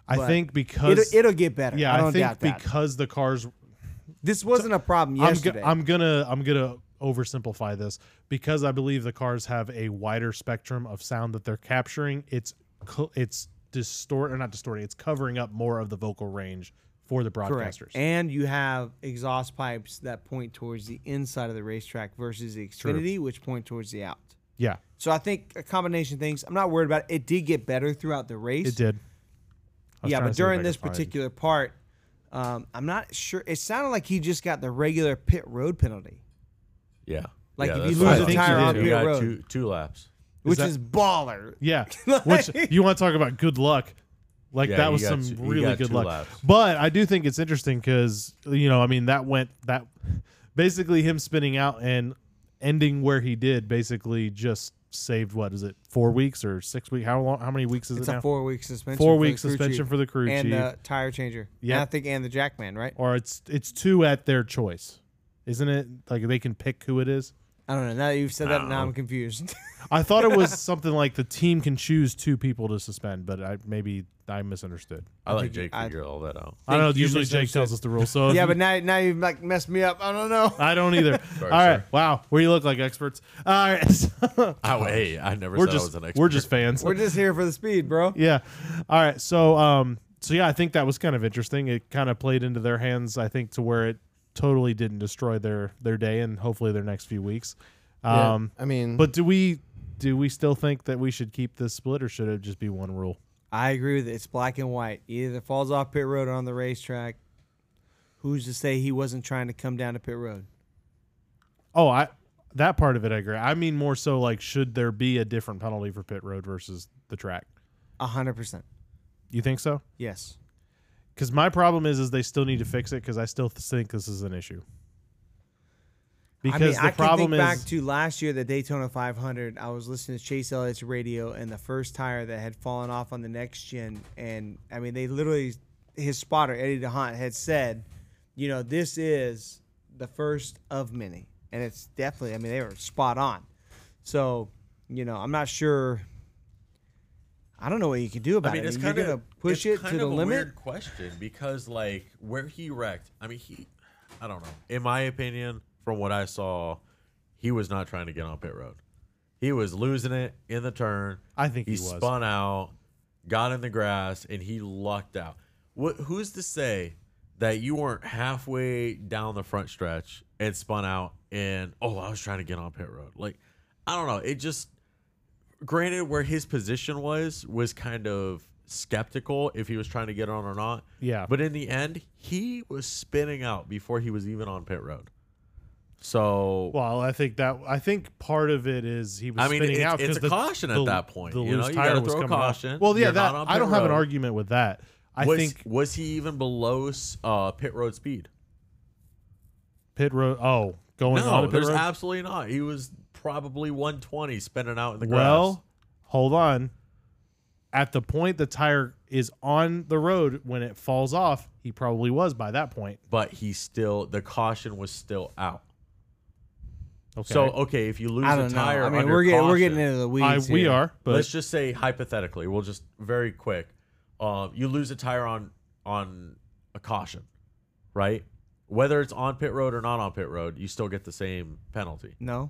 S2: I
S4: But
S2: think
S4: It'll,
S2: because
S4: it'll get better.
S2: yeah,
S4: I don't
S2: I think
S4: doubt that.
S2: because the cars
S4: this wasn't a problem
S2: I'm,
S4: yesterday.
S2: go- I'm gonna I'm gonna oversimplify this because I believe the cars have a wider spectrum of sound that they're capturing. It's co- it's distort or not distorting. It's covering up more of the vocal range for the
S4: Correct.
S2: broadcasters.
S4: And you have exhaust pipes that point towards the inside of the racetrack versus the Xfinity, which point towards the out.
S2: yeah,
S4: So I think a combination of things. I'm not worried about it. It did get better throughout the race.
S2: it did. I was
S4: Yeah,
S2: trying to
S4: but
S2: see if I
S4: during
S2: could
S4: this
S2: find-
S4: particular part, um, I'm not sure. It sounded like he just got the regular pit road penalty,
S1: Yeah.
S4: Like,
S1: Yeah,
S4: if
S1: that's
S4: you
S1: what
S4: lose
S1: I
S2: a
S1: think
S2: tire
S1: you
S2: on
S1: did.
S4: pit
S1: You got
S4: road.
S1: two two laps.
S4: which
S2: that-
S4: is baller.
S2: Yeah, which you want to talk about good luck. Like
S1: Yeah,
S2: that
S1: you
S2: was
S1: got
S2: some
S1: two- you
S2: really
S1: got
S2: good
S1: two
S2: luck.
S1: laps.
S2: But I do think it's interesting because you know, I mean, that went that basically him spinning out and ending where he did basically just saved what is it four weeks or six weeks? How long? How many weeks is
S4: It's
S2: it now?
S4: a four week suspension.
S2: Four
S4: for the
S2: week
S4: crew
S2: suspension
S4: chief
S2: for the crew
S4: and
S2: chief.
S4: the tire changer.
S2: Yeah.
S4: Yeah, I think and the Jackman, right?
S2: or it's it's two at their choice, isn't it? Like they can pick who it is.
S4: I don't know. Now that you've said that,
S1: I
S4: now
S1: don't
S4: I'm confused.
S2: I thought it was something like the team can choose two people to suspend, but I maybe I misunderstood.
S1: I let
S4: think you-
S1: Jake
S4: I-
S1: figure all that out.
S2: I don't know.
S4: Think you
S2: Usually Jake tells
S4: misunderstood.
S2: us the rule, so
S4: yeah, but now now you've like messed me up. I don't know.
S2: I don't either.
S1: Sorry,
S2: All right.
S1: sir.
S2: Wow. We look like experts. All right. So-
S1: Oh, hey, I never
S2: we're
S1: said I
S2: just
S1: was an expert.
S2: we're just fans.
S4: We're just here for the speed, bro.
S2: yeah. All right. So um so yeah, I think that was kind of interesting. It kind of played into their hands, I think, to where it totally didn't destroy their their day and hopefully their next few weeks.
S5: Yeah,
S2: Um
S5: I mean,
S2: but do we do we still think that we should keep this split or should it just be one rule?
S4: I agree with it. It's black and white. Either it falls off pit road or on the racetrack. Who's to say he wasn't trying to come down to pit road?
S2: Oh, I that part of it I agree. I mean more so like should there be a different penalty for pit road versus the track?
S4: A hundred percent.
S2: You think so?
S4: Yes.
S2: Because my problem is, is they still need to fix it. Because I still th- think this is an issue. Because
S4: I mean,
S2: the
S4: I
S2: problem
S4: can think
S2: is,
S4: back to last year, the Daytona 500. I was listening to Chase Elliott's radio, and the first tire that had fallen off on the next gen, and I mean, they literally, his spotter Eddie DeHaan had said, you know, this is the first of many, and it's definitely. I mean, they were spot on. So, you know, I'm not sure. I don't know what you can do about
S1: I mean,
S4: it.
S1: it's
S4: You're
S1: kind
S4: gonna
S1: of
S4: push it to the limit.
S1: Weird question because like where he wrecked. I mean, he. I don't know. In my opinion, from what I saw, he was not trying to get on pit road. He was losing it in the turn.
S2: I think
S1: he
S2: he was.
S1: spun out, got in the grass, and he lucked out. What? Who's to say that you weren't halfway down the front stretch and spun out? And oh, I was trying to get on pit road. Like, I don't know. It just granted where his position was was kind of skeptical if he was trying to get on or not
S2: Yeah.
S1: but in the end he was spinning out before he was even on pit road so
S2: well, I think that I think part of it is he was.
S1: I mean,
S2: spinning
S1: it's-
S2: out
S1: it's
S2: 'cause
S1: a
S2: the-
S1: caution at
S2: the-
S1: that point,
S2: The
S1: you know?
S2: loose
S1: You
S2: tire
S1: gotta
S2: was
S1: throw
S2: coming
S1: caution.
S2: off. Well, yeah,
S1: You're
S2: that
S1: not on
S2: I
S1: pit
S2: don't have an
S1: road.
S2: argument with that. I
S1: was,
S2: think
S1: was he even below uh, pit road speed
S2: pit road. Oh, going
S1: no
S2: on to pit
S1: there's
S2: road.
S1: absolutely not he was probably 120 spinning out in the grass
S2: well, hold on. At the point the tire is on the road when it falls off, he probably was by that point.
S1: but he still the caution was still out
S2: Okay,
S1: so okay if you lose
S4: I
S1: a
S4: don't know.
S1: tire
S4: I mean,
S1: under
S4: we're getting we're
S1: caution-
S4: getting into the
S2: I,
S4: weeds.
S2: we
S4: here.
S2: are, but
S1: let's just say hypothetically, we'll just very quick. Um, you lose a tire on on a caution, right? Whether it's on pit road or not on pit road, you still get the same penalty.
S4: No.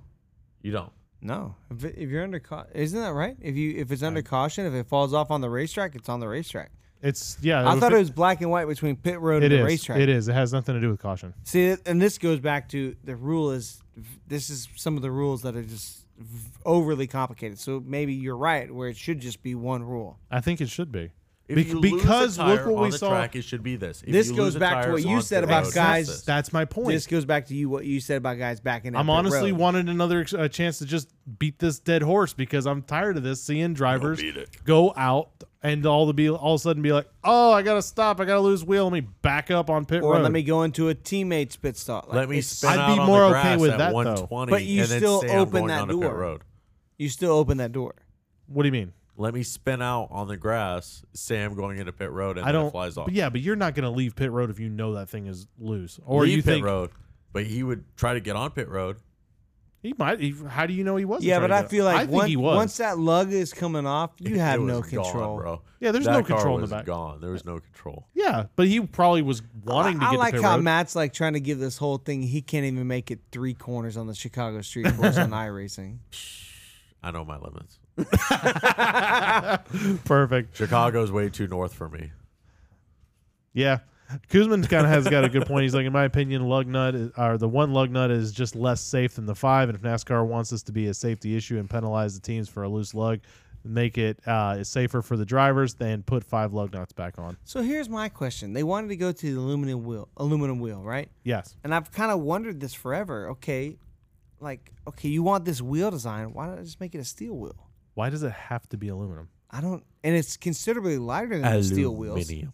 S1: You don't.
S4: No, if, it- if you're under caution, isn't that right? If you if it's under caution, if it falls off on the racetrack, it's on the racetrack.
S2: it's yeah.
S4: I
S2: if
S4: thought it was black and white between pit road
S2: It
S4: and
S2: is.
S4: the racetrack.
S2: It is. It has nothing to do with caution.
S4: See, and this goes back to the rule is this is some of the rules that are just v- overly complicated. So maybe you're right where it should just be one rule.
S2: I think it should be.
S1: If
S2: Be-
S1: you lose a
S2: because
S1: tire
S2: look what
S1: on
S2: we
S1: the
S2: saw.
S1: Track, it should be this. If
S4: This
S1: you
S4: goes
S1: lose a
S4: back to
S1: tire,
S4: what
S1: it's
S4: you
S1: on
S4: said
S1: pit
S4: about
S1: road, it's
S4: guys
S1: this.
S2: That's my point.
S4: This goes back to you what you said about guys backing. out
S2: I'm
S4: pit
S2: honestly
S4: road.
S2: wanted another ex- a chance to just beat this dead horse because I'm tired of this seeing drivers
S1: beat it.
S2: go out and all the be all of a sudden be like, oh, I gotta stop, I gotta lose wheel, let me back up on pit
S4: or
S2: road.
S4: let me go into a teammate's pit stop. Like,
S1: Let me
S4: it's-
S1: spin
S2: I'd
S1: out
S2: be
S1: on
S2: more
S1: the
S2: okay
S1: grass
S2: with
S1: at
S2: that, though.
S1: 120,
S4: But you
S1: and then
S4: still
S1: say I'm
S4: open
S1: going
S4: that
S1: onto
S4: door.
S1: Pit road.
S4: You still open that door.
S2: What do you mean?
S1: Let me spin out on the grass. Sam going into pit road and
S2: I
S1: then
S2: don't.
S1: it flies off.
S2: But yeah, but you're not gonna leave pit road if you know that thing is loose, or
S1: Leave
S2: you
S1: pit
S2: think
S1: road. But he would try to get on pit road.
S2: he might. He, how do you know he wasn't?
S4: Yeah,
S2: trying
S4: but
S2: to
S4: I
S2: get-
S4: feel like
S2: I think
S4: once,
S2: he was.
S4: once that lug is coming off, you
S1: It
S4: have no
S1: was gone,
S4: control.
S1: bro.
S2: Yeah, there's
S1: That
S2: no
S1: car
S2: control in the
S1: was
S2: back.
S1: Gone. There was no control.
S2: yeah, but he probably was wanting
S4: I,
S2: to get
S4: I like
S2: to pit
S4: how
S2: road.
S4: Matt's like trying to give this whole thing. He can't even make it three corners on the Chicago street course on iRacing.
S1: I know my limits.
S2: Perfect.
S1: Chicago's way too north for me.
S2: Yeah. Kuzman kind of has got a good point. He's like, in my opinion, lug nut is, or the one lug nut is just less safe than the five. And if NASCAR wants this to be a safety issue and penalize the teams for a loose lug, make it uh, safer for the drivers, then put five lug nuts back on.
S4: So here's my question: They wanted to go to the aluminum wheel, aluminum wheel, right?
S2: Yes.
S4: And I've kind of wondered this forever. Okay, like okay, you want this wheel design? Why not just make it a steel wheel?
S2: Why does it have to be aluminum?
S4: I don't, and it's considerably lighter than the steel wheels.
S1: Aluminium.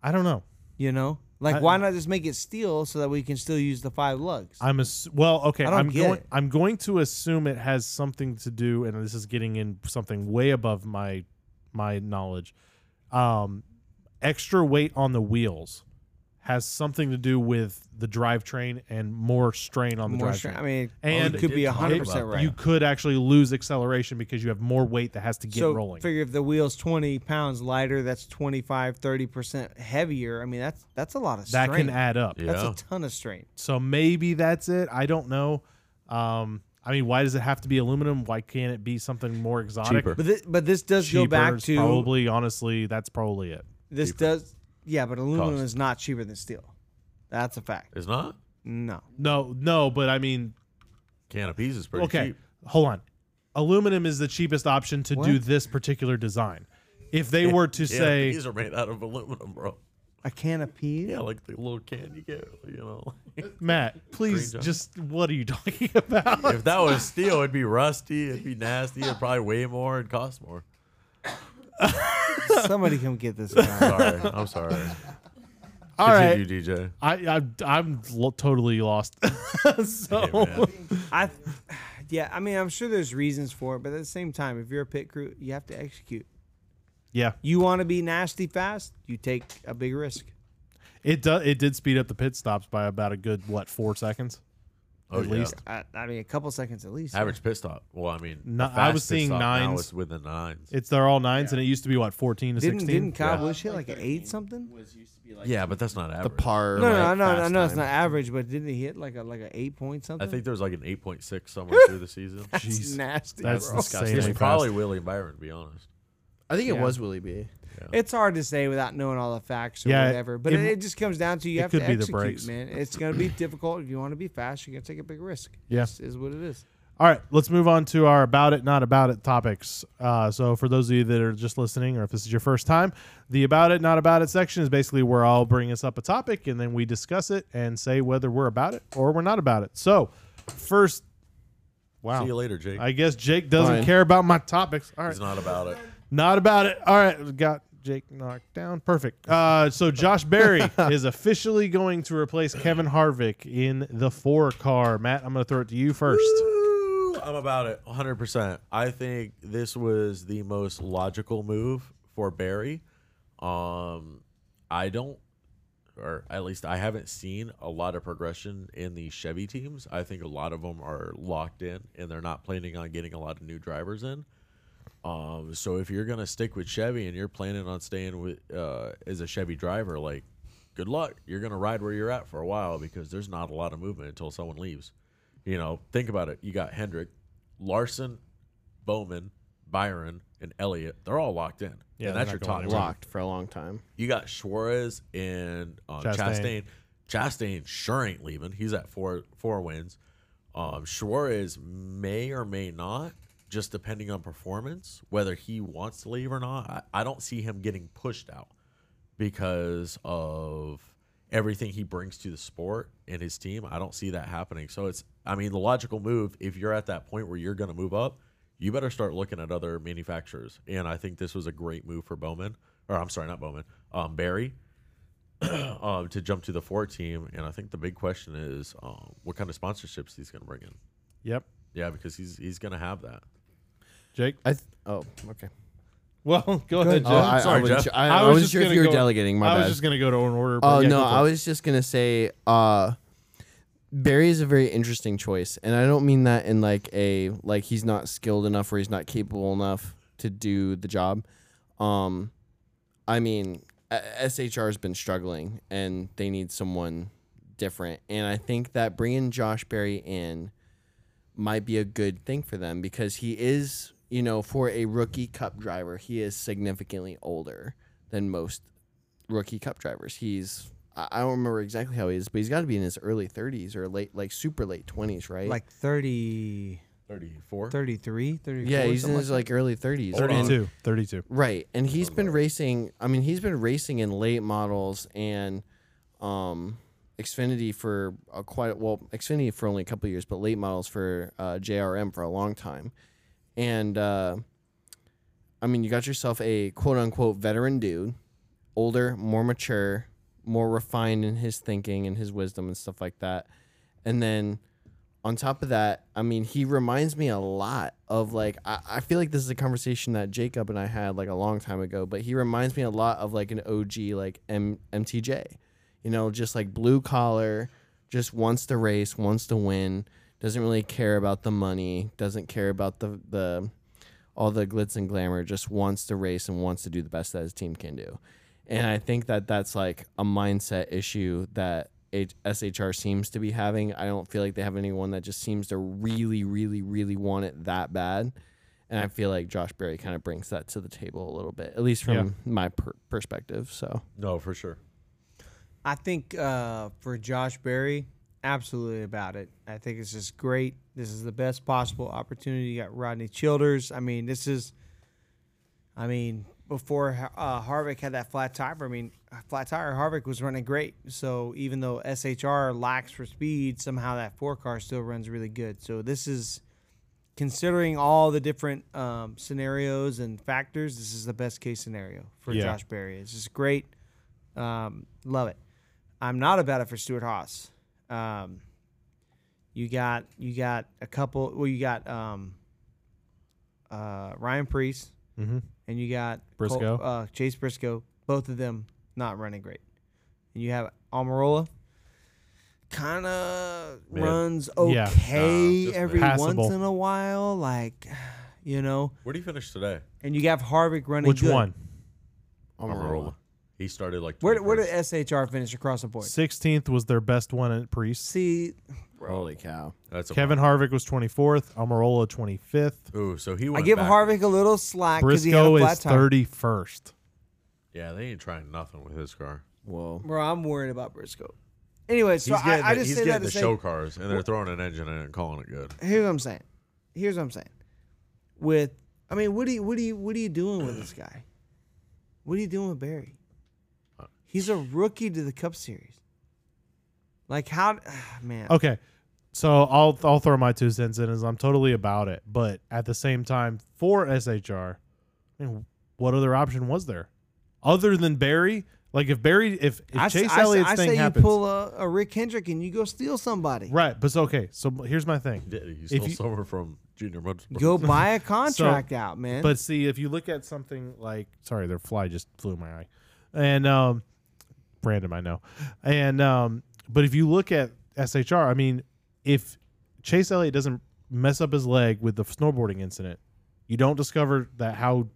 S2: I don't know.
S4: You know, like
S2: I-
S4: why not just make it steel so that we can still use the five lugs?
S2: I'm ass- well, okay.
S4: I don't
S2: I'm
S4: get
S2: going.
S4: it.
S2: I'm going to assume it has something to do, and this is getting in something way above my my knowledge. Um, extra weight on the wheels has something to do with the drivetrain and more strain on the
S4: More
S2: drivetrain.
S4: stra- I mean,
S2: And
S4: you could
S1: they
S4: be
S1: did talk
S4: hundred
S1: about
S4: percent
S1: that.
S4: right.
S2: You could actually lose acceleration because you have more weight that has to get
S4: so
S2: rolling.
S4: figure if the wheel's 20 pounds lighter, that's 25, 30% heavier. I mean, that's that's a lot of strain.
S2: that can add up.
S1: Yeah.
S4: That's a ton of strain.
S2: So maybe that's it. I don't know. Um, I mean, why does it have to be aluminum? Why can't it be something more exotic?
S1: Cheaper.
S4: But this, but this does go back
S2: is
S4: to
S2: probably honestly that's probably it.
S4: this does yeah, but aluminum
S1: Cost.
S4: is not cheaper than steel. That's a fact.
S1: It's not.
S4: No.
S2: No, no, but I mean,
S1: Can of peas is pretty
S2: okay,
S1: cheap.
S2: hold on. Aluminum is the cheapest option to do
S4: What?
S2: this particular design. If they were to
S1: Can of
S2: say,
S1: peas are made out of aluminum, bro.
S4: A can of peas?
S1: Yeah, like the little can you get, you know.
S2: Matt,
S1: Green
S2: please
S1: Giant.
S2: just what are you talking about?
S1: if that was steel, it'd be rusty, it'd be nasty, it'd probably weigh more and cost more.
S4: Somebody come get this guy.
S1: Sorry, I'm sorry.
S2: All right,
S1: Continue, DJ.
S2: I, I I'm lo- totally lost. so
S1: Hey, man.
S4: I yeah, I mean, I'm sure there's reasons for it, but at the same time, if you're a pit crew, you have to execute.
S2: yeah,
S4: You want to be nasty fast, you take a big risk.
S2: it does. It did speed up the pit stops by about a good what four seconds.
S1: Oh,
S2: At
S1: yeah.
S2: least.
S4: I, I mean, a couple seconds at least.
S1: Average pit stop. Well, I mean,
S2: No-
S1: the
S2: I
S1: fast
S2: was
S1: pit
S2: seeing
S1: stop Now
S2: nines.
S1: it's with the nines.
S2: It's they're all nines, and it used to be what fourteen to
S4: Didn't,
S2: sixteen.
S4: didn't Kyle
S1: Yeah.
S4: Busch hit like an eight something?
S5: Was used to be like
S1: yeah, but that's not average.
S5: the par.
S4: No,
S5: like,
S4: no, I know, I
S5: fast
S4: know it's
S5: time.
S4: not average, but didn't he hit like a like a eight point
S1: I
S4: something?
S1: think there was like an 8.6 somewhere through the season.
S4: that's
S2: Jeez.
S4: nasty.
S2: That's
S1: It
S4: bro.
S1: was
S2: insanely fast.
S1: probably Willie Byron, to be honest.
S5: I think
S4: Yeah.
S5: it was Willie B.
S4: It's hard to say without knowing all the facts or
S2: Yeah,
S4: whatever, but
S2: it-
S4: it, it just comes down to you
S2: it
S4: have
S2: could
S4: to
S2: be the
S4: execute,
S2: brakes.
S4: man. It's gonna be difficult if you want to be fast. You're gonna take a big risk.
S2: Yeah.
S4: Just is what it is.
S2: All right, let's move on to our about it, not about it topics. Uh, so, for those of you that are just listening, or if this is your first time, the about it, not about it section is basically where I'll bring us up a topic and then we discuss it and say whether we're about it or we're not about it. So, first, wow.
S1: See you later, Jake.
S2: Oh. I guess Jake doesn't
S5: Fine.
S2: care about my topics. All right.
S1: He's not about it.
S2: Not about it. All right, got Jake knocked down. Perfect. Uh, so Josh Berry is officially going to replace Kevin Harvick in the four car. Matt, I'm going to throw it to you first.
S1: Woo! I'm about it 100%. I think this was the most logical move for Barry. Um, I don't, or at least I haven't seen a lot of progression in the Chevy teams. I think a lot of them are locked in and they're not planning on getting a lot of new drivers in. Um, so if you're gonna stick with Chevy and you're planning on staying with uh, as a Chevy driver, like, good luck. You're gonna ride where you're at for a while because there's not a lot of movement until someone leaves. You know, think about it. You got Hendrick, Larson, Bowman, Byron, and Elliott. They're all locked in. Yeah,
S2: Yeah,
S1: and
S2: they're
S1: that's your
S2: not
S1: top
S2: going anywhere.
S1: team.
S5: Locked for a long time.
S1: You got Suarez and uh,
S2: Chastain.
S1: Chastain. Chastain. sure ain't leaving. He's at four four wins. Um, Suarez may or may not, just depending on performance, whether he wants to leave or not. I, I don't see him getting pushed out because of everything he brings to the sport and his team. I don't see that happening. So it's, I mean, the logical move if you're at that point where you're going to move up, you better start looking at other manufacturers. And I think this was a great move for Bowman, or I'm sorry, not Bowman, um, Barry, um, to jump to the four team. And I think the big question is um, what kind of sponsorships he's going to bring in.
S2: Yep.
S1: Yeah, because he's he's going to have that.
S2: Jake.
S3: I th- oh okay.
S2: Well, go ahead,
S3: Oh,
S2: Jeff.
S3: I,
S1: Sorry,
S3: I, was
S1: Jeff.
S3: ju- I,
S2: I
S3: I
S2: was
S3: wasn't
S2: just
S3: sure if
S2: gonna
S3: you were
S2: go-
S3: delegating. My
S2: I was
S3: bad.
S2: just gonna go to an order. but
S3: Oh
S2: yeah,
S3: no,
S2: go for
S3: I
S2: it.
S3: was just gonna say uh Barry is a very interesting choice, and I don't mean that in like a like he's not skilled enough or he's not capable enough to do the job. Um I mean uh, a- SHR has been struggling and they need someone different, and I think that bringing Josh Barry in might be a good thing for them because he is, you know, for a rookie cup driver, he is significantly older than most rookie cup drivers. He's I I don't remember exactly how he is, but he's got to be in his early 30s or late, like super late 20s, right?
S4: Like 30,
S1: 34.
S4: 33, 34.
S3: yeah, he's in
S4: something
S3: his like early 30s.
S1: Hold on.
S3: And-
S2: 32. 32.
S3: Right. And he's been racing I mean, he's been racing in late models and um Xfinity for a quite well, Xfinity for only a couple of years, but late models for uh, JRM for a long time. And uh I mean, you got yourself a quote unquote veteran dude, older, more mature, more refined in his thinking and his wisdom and stuff like that. And then on top of that, I mean, he reminds me a lot of like I, I feel like this is a conversation that Jacob and I had like a long time ago, but he reminds me a lot of like an OG like M- MTJ. You know, just like blue collar, just wants to race, wants to win, doesn't really care about the money, doesn't care about the the all the glitz and glamour, just wants to race and wants to do the best that his team can do. And I think that that's like a mindset issue that H- SHR seems to be having. I don't feel like they have anyone that just seems to really, really, really want it that bad. And I feel like Josh Berry kind of brings that to the table a little bit, at least from
S2: Yeah.
S3: my per- perspective. So
S1: No, for sure.
S4: I think uh, for Josh Berry, absolutely about it. I think it's just great. This is the best possible opportunity. You got Rodney Childers. I mean, this is, I mean, before uh, Harvick had that flat tire, I mean, flat tire, Harvick was running great. So even though SHR lacks for speed, somehow that four car still runs really good. So this is, considering all the different um, scenarios and factors, this is the best case scenario for
S2: Yeah.
S4: Josh Berry. It's just great. Um, love it. I'm not about it for Stuart Haas. Um, you got you got a couple. Well, you got um, uh, Ryan Priest
S2: Mm-hmm.
S4: and you got Col-
S2: Briscoe.
S4: uh, Chase Briscoe. Both of them not running great. And you have Almirola. Kind of
S1: Mid.
S4: runs
S2: Yeah.
S1: Nah,
S4: okay
S1: just
S4: every
S2: mid. Passable.
S4: once in a while, like you know.
S1: Where do you finish today?
S4: And you have Harvick running.
S2: Which
S4: good.
S2: one?
S1: Amarola. He started like.
S4: Where, where
S1: 21st.
S4: did SHR finish across the board?
S2: 16th was their best one at Priest.
S4: See,
S3: Holy cow.
S1: That's a
S2: Kevin Harvick was 24th. Almirola 25th.
S1: Ooh, so he
S4: I
S1: went.
S4: give
S1: back.
S4: Harvick a little slack because he had
S2: Briscoe
S4: a
S2: is
S4: flat tire.
S2: 31st.
S1: Yeah, they ain't trying nothing with his car.
S3: Whoa.
S4: Bro, I'm worried about Briscoe. Anyway, so
S1: he's
S4: I,
S1: getting,
S4: I
S1: the,
S4: just
S1: he's
S4: say that
S1: getting
S4: to
S1: the
S4: say,
S1: show cars, and they're throwing an engine in it and calling it good.
S4: here's what I'm saying. Here's what I'm saying. With I mean, what do you what do you what are you doing with this guy? What are you doing with Barry? He's a rookie to the Cup Series. Like how man.
S2: Okay. So I'll I'll throw my two cents in as I'm totally about it, but at the same time, for SHR, I mean, what other option was there, other than Barry? Like if Barry, if, if
S4: I, s-
S2: Chase
S4: I s-
S2: Elliott's
S4: I say
S2: thing
S4: you
S2: happens,
S4: pull a, a Rick Hendrick and you go steal somebody.
S2: right? But it's okay. So here's my thing.
S1: Yeah, you
S2: If
S1: stole
S2: you-
S1: someone from Junior Motorsports.
S4: Go buy a contract out, man.
S2: But see, if you look at something like sorry, their fly just flew in my eye. And um random, I know. And um but if you look at SHR, I mean, if Chase Elliott doesn't mess up his leg with the snowboarding incident, you don't discover that how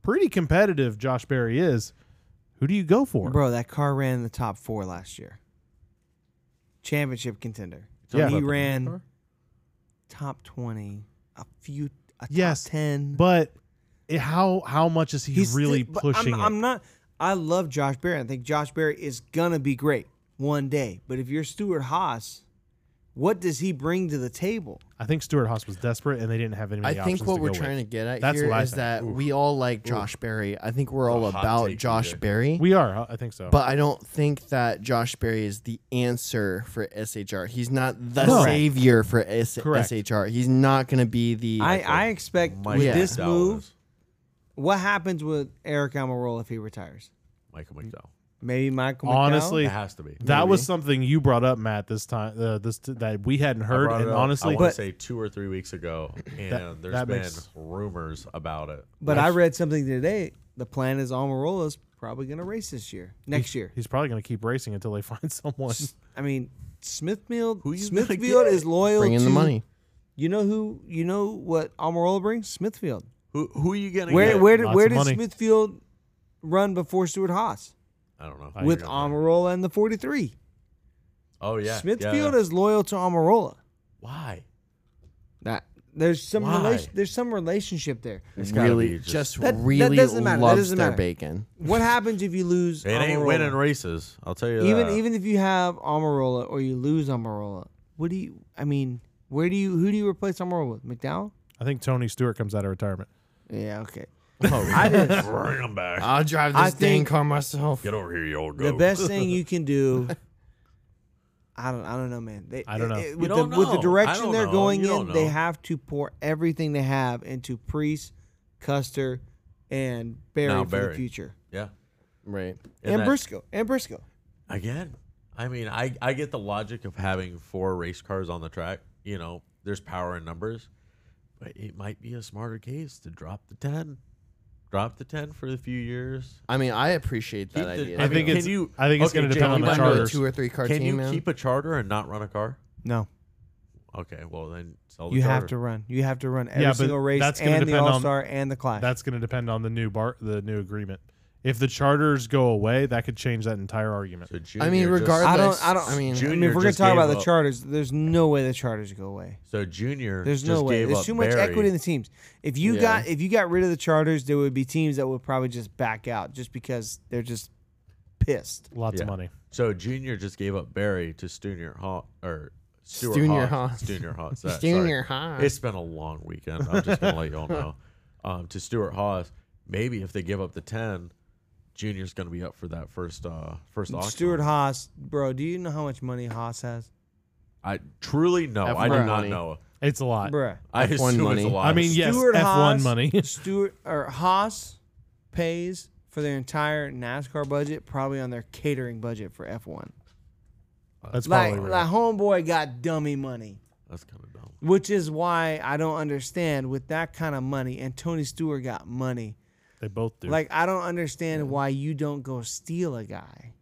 S2: pretty competitive Josh Berry is, who do you go for?
S4: Bro, that car ran in the top four last year. Championship contender.
S2: Yeah.
S4: he
S2: About the
S4: ran top twenty, a few, a
S2: Yes,
S4: top ten.
S2: But it, how how much is he really
S4: still- but
S2: pushing
S4: I'm,
S2: it?
S4: I'm not. I love Josh Barry. I think Josh Barry is gonna be great one day. But if you're Stuart Haas, what does he bring to the table?
S2: I think Stuart Haas was desperate and they didn't have any.
S3: I think what we're trying to get at
S2: That's
S3: here
S2: what I
S3: is
S2: think.
S3: that we all like Josh Berry. I think we're all
S1: a hot
S3: about
S1: take,
S3: Josh
S1: TJ.
S3: Berry.
S2: We are, I think so.
S3: But I don't think that Josh Berry is the answer for SHR. He's not the
S2: Correct.
S3: savior for S-
S2: Correct.
S3: SHR. He's not going to be the.
S4: I, I expect
S1: Mike
S4: with
S3: Yeah.
S4: this
S1: Dowell
S4: move,
S1: is-
S4: what happens with Eric Amarola if he retires?
S1: Michael McDowell.
S4: Maybe Michael. McDowell?
S2: Honestly,
S1: It has to be.
S2: that was something you brought up, Matt. This time, uh, this that we hadn't
S1: I
S2: heard,
S1: brought it
S2: and
S1: up, I
S2: honestly,
S1: want
S4: But-
S1: to say two or three weeks ago, and
S2: That-
S1: there's
S2: that
S1: been
S2: makes-
S1: rumors about it.
S4: but I read something today. The plan is Almirola's probably going to race this year, next year.
S2: he's probably going to keep racing until they find someone.
S4: I mean, Smithfield.
S1: Who you gonna
S4: Smithfield
S1: get?
S4: is loyal.
S3: Bring in the
S4: to-
S3: money.
S4: You know who? You know what Almirola brings? Smithfield.
S1: Who who are you gonna
S4: Where
S1: get?
S4: where did,
S2: lots
S4: where
S2: of
S4: did
S2: money.
S4: Smithfield run before Stuart Haas
S1: I don't know.
S4: with
S1: You're gonna-
S4: Almirola and the 43?
S1: Oh yeah, yeah,
S4: Smithfield
S1: yeah.
S4: is loyal to Almirola.
S1: why?
S4: That there's some
S1: Why?
S4: relation, there's some relationship there.
S1: It's gotta
S3: really,
S1: be
S3: just,
S4: That- that
S3: really
S4: doesn't matter. That
S3: loves
S4: doesn't
S3: their
S4: matter.
S3: bacon.
S4: What happens if you lose?
S1: It ain't
S4: Almirola?
S1: winning races. I'll tell you
S4: Even
S1: that.
S4: even if you have Almirola or you lose Almirola, what do you? I mean, where do you? Who do you replace Almirola with? McDowell?
S2: I think Tony Stewart comes out of retirement.
S4: Yeah, okay.
S1: I just bring them back.
S3: I'll drive
S4: I
S3: this dang
S4: think-
S3: car myself.
S1: Get over here, you old
S4: Ah. The
S1: goat.
S4: best thing you can do. I don't. I don't know, man. They,
S2: I don't know.
S4: it- it-
S2: You
S4: with,
S1: don't
S4: the, with the
S1: know. I
S4: direction
S1: don't
S4: they're
S1: know.
S4: going
S1: You
S4: in,
S1: don't
S4: they
S1: know.
S4: have to pour everything they have into Priest, Custer, and Barry
S1: Now
S4: for
S1: Barry.
S4: the future,
S1: Yeah.
S3: Right.
S1: And
S4: and
S1: that-
S4: Briscoe, and Briscoe.
S1: again i mean I, I get the logic of having four race cars on the track you know there's power in numbers but it might be a smarter case to drop the 10 drop the 10 for a few years
S3: I mean, I appreciate
S1: Keep
S3: that
S1: the-
S3: idea.
S2: I think
S1: mean,
S2: it's.
S1: can you-
S2: I think it's
S1: okay,
S2: going to
S1: Jay,
S2: depend
S1: you
S2: on the
S1: might
S3: Combined with a
S2: charters.
S3: two or three car
S1: can
S3: team,
S1: you
S3: man.
S1: keep a charter and not run a car
S4: No,
S1: okay well then sell the
S4: you
S1: charter.
S4: have to run. You have to run every
S2: Yeah, but
S4: single race
S2: that's gonna
S4: and the
S2: depend on-
S4: All Star and the Clash.
S2: That's going to depend on the new bar, the new agreement. If the charters go away, that could change that entire argument.
S1: so junior
S3: I mean,
S1: just-
S3: regardless.
S4: I don't. I don't.
S3: I mean,
S1: Junior
S4: I mean, if we're gonna
S1: just
S4: talk
S1: gave
S4: about the
S1: up.
S4: charters, there's no way the charters go away.
S1: so junior
S4: There's no
S1: just
S4: way.
S1: gave
S4: There's
S1: up
S4: too much
S1: Barry.
S4: equity in the teams. If you
S3: Yeah.
S4: got if you got rid of the charters, there would be teams that would probably just back out just because they're just pissed.
S2: Lots
S1: Yeah.
S2: of money.
S1: so junior just gave up barry to junior hall or Stuart
S3: Junior
S1: Haas.
S3: Haas.
S1: Junior Haas. Sorry.
S3: Junior Haas.
S1: It's been a long weekend. I'm just gonna let y'all know. Um, to Stuart Haas, maybe if they give up the ten, Junior's gonna be up for that first uh first auction.
S4: Stuart Haas, bro, do you know how much money Haas has?
S1: I truly no,
S3: F1
S1: I do not
S3: money.
S1: know.
S2: It's a lot.
S4: Bruh.
S1: I
S3: F1
S1: assume
S3: money.
S1: it's a lot.
S2: I mean, yes,
S4: Stuart
S2: F1
S4: Haas,
S2: money.
S4: Stuart or Haas pays for their entire NASCAR budget, probably on their catering budget for F1.
S2: That's
S4: Like,
S2: probably
S4: like
S2: right.
S4: homeboy got dummy money.
S1: that's kind of dumb.
S4: Which is why I don't understand with that kind of money, and Tony Stewart got money.
S2: They both do.
S4: Like I don't understand why you don't go steal a guy.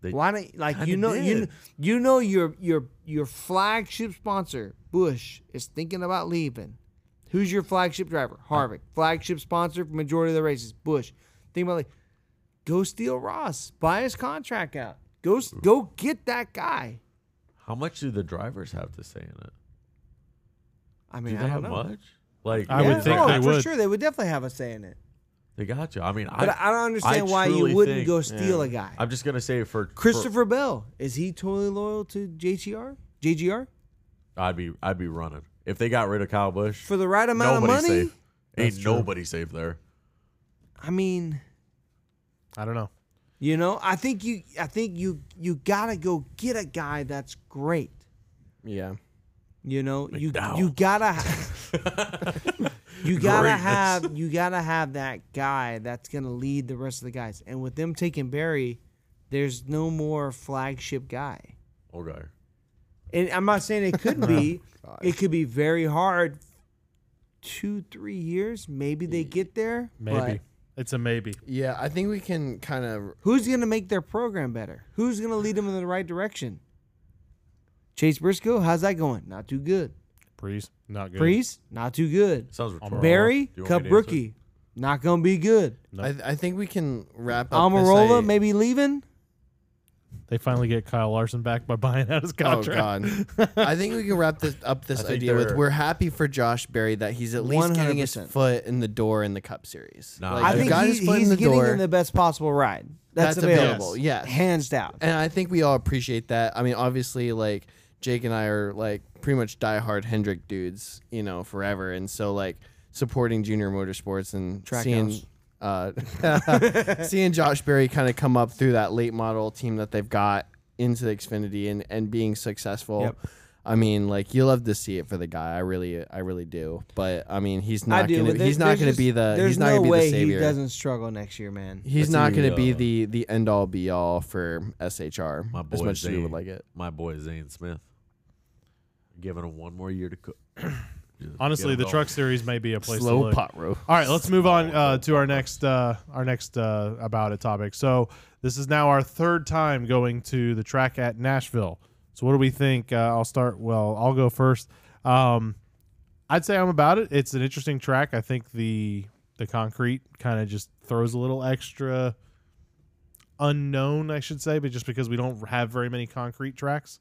S1: They
S4: why don't like you
S1: kinda
S4: know you kn-
S1: did.
S4: you know your your your flagship sponsor Bush is thinking about leaving. Who's your flagship driver? Harvick. Flagship sponsor for majority of the races. Bush. Think about like go steal Ross. Buy his contract out. Go
S1: Mm.
S4: s- go get that guy.
S1: How much do the drivers have to say in it?
S4: I
S1: Do
S4: mean,
S1: they
S4: I don't
S1: have
S4: know.
S1: much? Like
S2: I would
S4: Yeah,
S2: think
S4: no,
S2: they
S4: for
S2: would.
S4: sure they would definitely have a say in it.
S1: they got you. I mean,
S4: But I,
S1: I
S4: don't understand why you
S1: truly
S4: wouldn't
S1: think-
S4: go steal a guy.
S1: I'm just gonna say for for-
S4: Christopher Bell is he totally loyal to JTR? JGR
S1: I'd be I'd be running if they got rid of Kyle Bush.
S4: for the right amount
S1: nobody's
S4: of money?
S1: safe. Ain't nobody safe there.
S4: I mean,
S2: I don't know.
S4: you know, I think you, I think you, you gotta go get a guy that's great.
S3: yeah.
S4: You know, you
S1: McDowell.
S4: you gotta, you gotta
S1: Greatness.
S4: have, you gotta have that guy that's gonna lead the rest of the guys. And with them taking Barry, there's no more flagship guy.
S1: Okay.
S4: and I'm not saying it could be. it could be very hard. Two, three years, maybe they get there.
S2: Maybe
S4: But
S2: it's a maybe.
S3: Yeah, I think we can kind of
S4: who's going to make their program better? Who's going to lead them in the right direction? Chase Briscoe, how's that going? Not too good.
S2: Breeze, not good.
S4: Priest, not too good.
S1: Sounds rhetorical.
S4: Barry,
S1: Do you want
S4: Cup
S1: me to answer?
S4: rookie, not going to be good.
S2: No.
S3: I, th- I think we can wrap up. this,
S4: Almirola,
S3: I-
S4: maybe leaving.
S2: They finally get Kyle Larson back by buying out his
S3: Oh
S2: contract.
S3: God! I think we can wrap this up. This
S1: I think
S3: idea with
S1: they're-
S3: we're happy for Josh Berry that he's at least getting his
S4: 100%.
S3: foot in the door in the Cup Series.
S1: Nah,
S3: Like,
S4: I
S1: If
S3: the
S4: think
S3: guy
S4: he-
S3: is foot in
S4: he's
S3: the
S4: getting
S3: door,
S4: in the best possible ride. That's,
S3: That's
S4: available.
S3: available, yes.
S4: Hands down.
S3: and I think we all appreciate that. I mean, obviously, like Jake and I are like pretty much diehard Hendrick dudes, you know, forever, and so like supporting Junior Motorsports and
S4: Trackhouse.
S3: seeing. Uh, seeing Josh Berry kind of come up through that late model team that they've got into the Xfinity and, and being successful,
S4: Yep.
S3: I mean, like you love to see it for the guy. I really, I really do. But I mean, he's
S4: I
S3: not
S4: do.
S3: gonna.
S4: but there-
S3: he's not
S4: there's
S3: gonna
S4: just-
S3: be the.
S4: There's
S3: He's not
S4: no
S3: gonna be
S4: way
S3: the savior.
S4: he doesn't struggle next year, man.
S3: He's
S1: That's
S3: not
S1: the,
S3: going to be
S1: uh,
S3: the the end all be all for SHR
S1: My
S3: as
S1: boy
S3: much as we
S1: Zane.
S3: would like it.
S1: My boy Zane Smith, giving him one more year to cook. Just get
S2: Honestly,
S1: him
S2: the
S1: going.
S2: truck series might be a place to
S3: Slow
S2: look.
S3: pot roast.
S2: All right, let's move on uh, to our next uh, our next uh, about it topic. So this is now our third time going to the track at Nashville. So what do we think? Uh, I'll start. Well, I'll go first. Um, I'd say I'm about it. It's an interesting track. I think the the concrete kind of just throws a little extra unknown, I should say, but just because we don't have very many concrete tracks.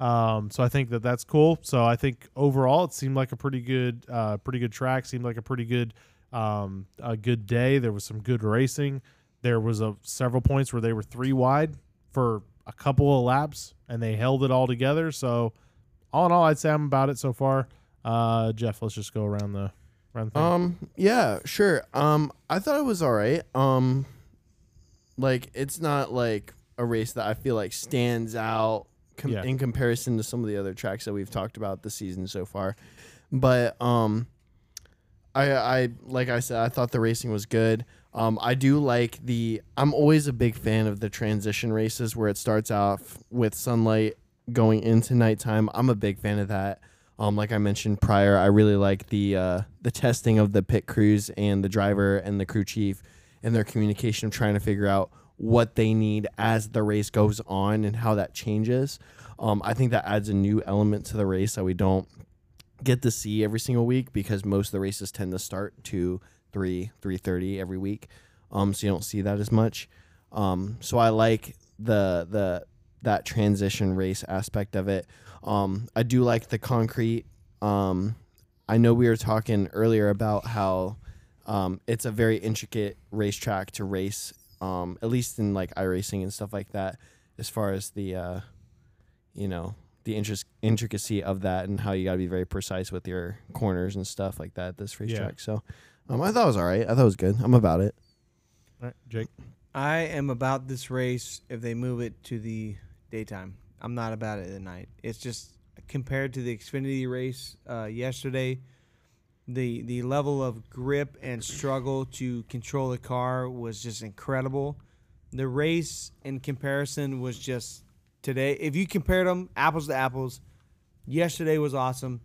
S2: Um, so I think that that's cool. So I think overall, it seemed like a pretty good, uh, pretty good track. Seemed like a pretty good, um, a good day. There was some good racing. There was a several points where they were three wide for a couple of laps, and they held it all together. So all in all, I'd say I'm about it so far. Uh, Jeff, let's just go around the around the thing.
S3: Um, yeah, sure. Um, I thought it was all right. Um, like it's not like a race that I feel like stands out com-
S2: Yeah.
S3: in comparison to some of the other tracks that we've talked about this season so far. But um, I I like I said, I thought the racing was good. Um, I do like the. I'm always a big fan of the transition races where it starts off with sunlight going into nighttime. I'm a big fan of that. Um, like I mentioned prior, I really like the uh, the testing of the pit crews and the driver and the crew chief and their communication of trying to figure out what they need as the race goes on and how that changes. Um, I think that adds a new element to the race that we don't get to see every single week because most of the races tend to start two, three, three thirty every week. Um, so you don't see that as much. Um, so I like the the that transition race aspect of it. Um, I do like the concrete. Um, I know we were talking earlier about how um, it's a very intricate racetrack to race, um, at least in like iRacing and stuff like that, as far as the uh, you know the interest intricacy of that and how you got to be very precise with your corners and stuff like that. at This racetrack, so um, I thought it was all right. I thought it was good. I'm about it.
S2: All right, Jake.
S4: I am about this race if they move it to the daytime. I'm not about it at night. It's just compared to the Xfinity race uh, yesterday, the the level of grip and struggle to control the car was just incredible. The race in comparison was just today. If you compared them apples to apples, yesterday was awesome.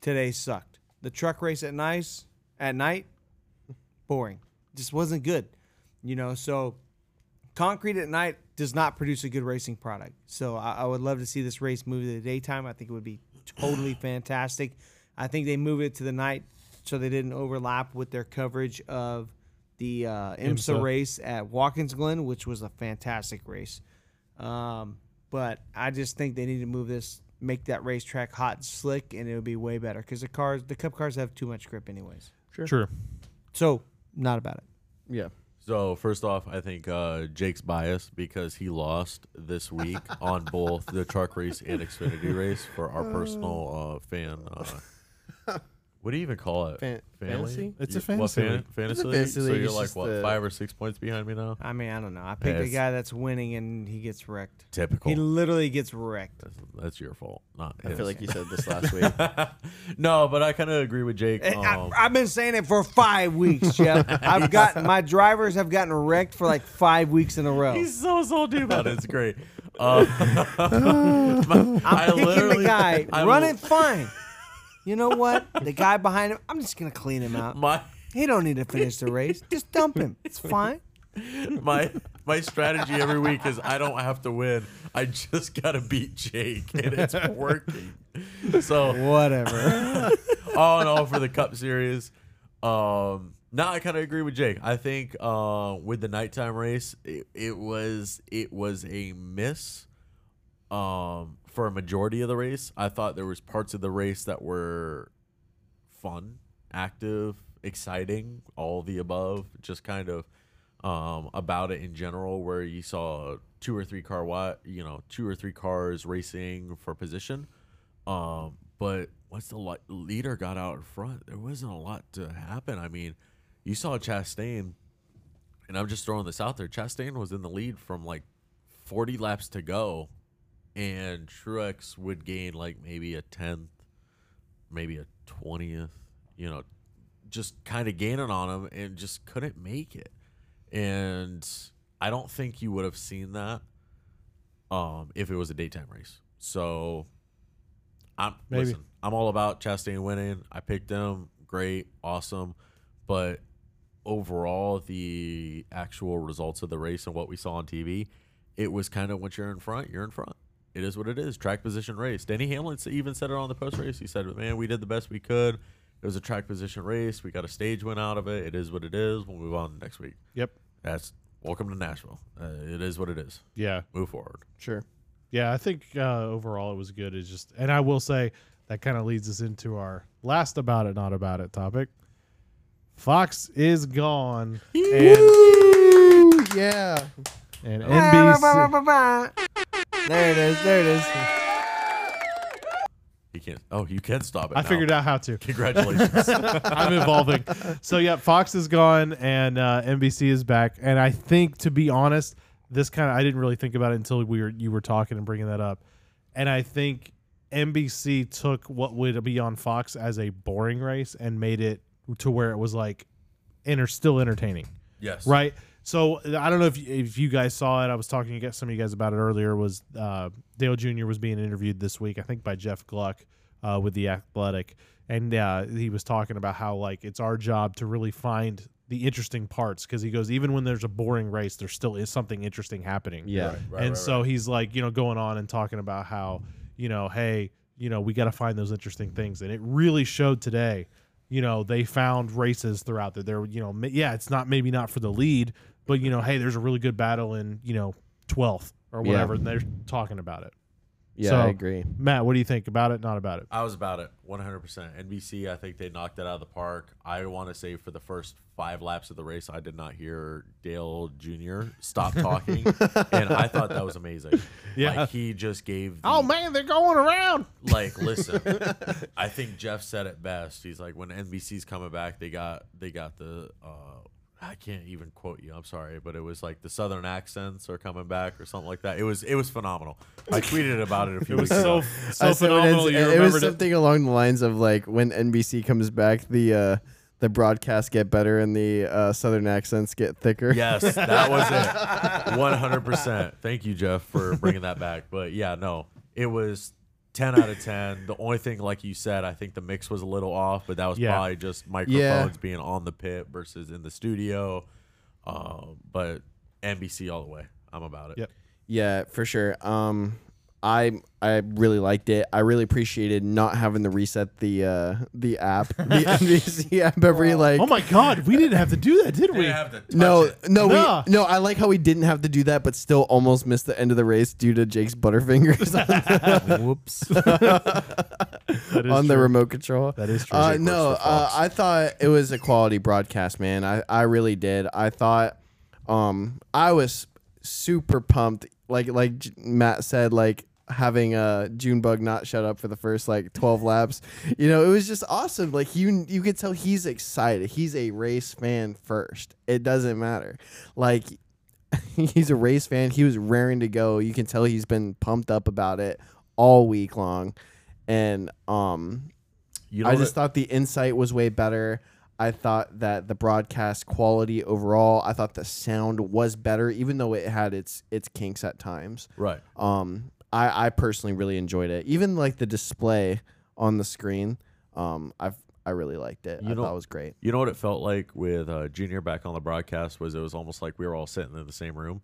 S4: Today sucked. The truck race at nice at night, boring. Just wasn't good you know so concrete at night does not produce a good racing product so i, I would love to see this race move to the daytime i think it would be totally fantastic i think they moved it to the night so they didn't overlap with their coverage of the uh, IMSA,
S2: IMSA.
S4: race at Watkins Glen, which was a fantastic race. Um, but I just think they need to move this, make that racetrack hot and slick, and it would be way better because the cars, the Cup cars, have too much grip anyways.
S2: True.
S4: So not about it.
S3: Yeah.
S1: So first off, I think uh, Jake's biased because he lost this week on both the truck race and Xfinity race for our personal uh, fan. Uh, what do you even call it?
S3: Fan- fantasy?
S2: It's a
S1: You- what,
S2: fantasy league.
S1: fantasy league?
S3: fantasy
S1: So
S3: league,
S1: you're
S3: it's
S1: like
S3: just
S1: what
S3: the-
S1: five or six points behind me now?
S4: I mean, I don't know. I picked a
S1: it's-
S4: guy that's winning and he gets wrecked.
S1: Typical.
S4: He literally gets wrecked.
S1: that's, that's your fault, not
S3: I
S1: his.
S3: feel like you said this last week.
S1: no, but I kind of agree with Jake.
S4: I-
S1: um,
S4: I, I've been saying it for five weeks, Jeff. I've got my drivers have gotten wrecked for like five weeks in a row.
S1: He's so so dude about it. It's great. Uh, my- I
S4: I'm picking the
S1: literally-
S4: guy,
S1: I
S4: running
S1: l-
S4: fine. You know what? The guy behind him, I'm just gonna clean him out.
S1: My
S4: He don't need to finish the race. Just dump him. It's fine.
S1: my my strategy every week is I don't have to win. I just gotta beat Jake, and it's working. So
S4: Whatever.
S1: all in all, for the Cup Series, um, no, I kind of agree with Jake. I think uh, with the nighttime race, it, it was it was a miss. Um, for a majority of the race, I thought there was parts of the race that were fun, active, exciting, all the above, just kind of um, about it in general, where you saw two or three car, wi- you know, two or three cars racing for position. Um, but once the li- leader got out in front, there wasn't a lot to happen. I mean, you saw Chastain, and I'm just throwing this out there. Chastain was in the lead from like 40 laps to go and Truex would gain like maybe a tenth, maybe a twentieth, you know, just kind of gaining on him and just couldn't make it. And I don't think you would have seen that um, if it was a daytime race. So I'm
S2: Maybe.
S1: listen, I'm all about Chastain winning. I picked him, great, awesome, but overall the actual results of the race and what we saw on TV, it was kind of once you're in front, you're in front. It is what it is. Track position race. Danny Hamlin s- even said it on the post race. He said, "Man, we did the best we could. It was a track position race. We got a stage win out of it. It is what it is. We'll move on next week.
S2: Yep.
S1: That's welcome to Nashville. Uh, it is what it is.
S2: Yeah.
S1: Move forward.
S3: Sure.
S2: Yeah, I think uh, overall it was good. It's just, and I will say that kind of leads us into our last about it, not about it topic. Fox is gone, and,
S3: Woo! Yeah.
S2: and NBC.
S4: There it is. There it is.
S1: He can't. Oh, you can stop it.
S2: I figured out how to.
S1: Congratulations.
S2: I'm evolving. So yeah, Fox is gone and uh, NBC is back. And I think, to be honest, this kind of I didn't really think about it until we were you were talking and bringing that up. And I think NBC took what would be on Fox as a boring race and made it to where it was like, enter still entertaining
S1: yes.
S2: right? So I don't know if if you guys saw it. I was talking to get- some of you guys about it earlier. Was uh, Dale Jr. was being interviewed this week, I think, by Jeff Gluck uh, with the Athletic, and uh, he was talking about how like it's our job to really find the interesting parts because he goes even when there's a boring race, there still is something interesting happening
S3: Yeah.
S1: Right,
S2: and
S1: right,
S2: so he's like, you know, going on and talking about how, you know, hey, you know, we got to find those interesting things, and it really showed today. You know, they found races throughout that. There, you know, ma- yeah, it's not maybe not for the lead, but you know, hey, there's a really good battle in you know twelfth or
S3: Yeah.
S2: whatever, and they're talking about it.
S3: Yeah,
S2: So-
S3: I agree.
S2: Matt, what do you think about it? Not about it.
S1: I was about it 100%. NBC, I think they knocked it out of the park. I want to say for the first five laps of the race, I did not hear Dale Jr. stop talking. and I thought that was amazing.
S2: Yeah.
S1: Like, he just gave. the-
S2: Oh man, they're going around.
S1: like listen i think jeff said it best he's like when nbc's coming back they got they got the uh i can't even quote you i'm sorry but it was like the southern accents are coming back or something like that it was it was phenomenal i tweeted about it a few
S2: It was
S1: weeks
S2: so
S1: ago
S2: so
S3: I said when
S2: phenomenal.
S3: it's-
S2: You
S3: it was
S2: remembered it.
S3: something along the lines of like when NBC comes back, the uh, the broadcasts get better and the uh, southern accents get thicker.
S1: yes that was it 100% thank you jeff for bringing that back but yeah no it was 10 out of 10 the only thing like you said i think the mix was a little off but that was
S2: Yeah.
S1: probably just microphones being on the pit versus in the studio um, but nbc all the way i'm about it
S2: Yep.
S3: Yeah, for sure. Um, I I really liked it. I really appreciated not having to reset the uh, the app, the NBC app every like.
S2: Oh my god, we didn't have to do that, did we?
S3: no, no,
S2: Nah.
S3: we, no. I like how we didn't have to do that, but still almost missed the end of the race due to Jake's butterfingers
S1: whoops
S2: That is
S3: on the
S2: true.
S3: remote control.
S2: That is true.
S3: Uh, no, uh, I thought it was a quality broadcast, man. I, I really did. I thought, um, I was super pumped. Like like J- Matt said, like having uh Junebug not shut up for the first like twelve laps. You know, it was just awesome. Like you you could tell he's excited. He's a race fan first. It doesn't matter. Like he's a race fan. He was raring to go. You can tell he's been pumped up about it all week long. And um
S1: you know
S3: I just thought the insight was way better. I thought that the broadcast quality overall, I thought the sound was better, even though it had its its kinks at times.
S1: right
S3: Um, I, I personally really enjoyed it. Even like the display on the screen, um, I I really liked it.
S1: You
S3: I
S1: know-
S3: thought it was great.
S1: You know what it felt like with uh, Junior back on the broadcast was it was almost like we were all sitting in the same room,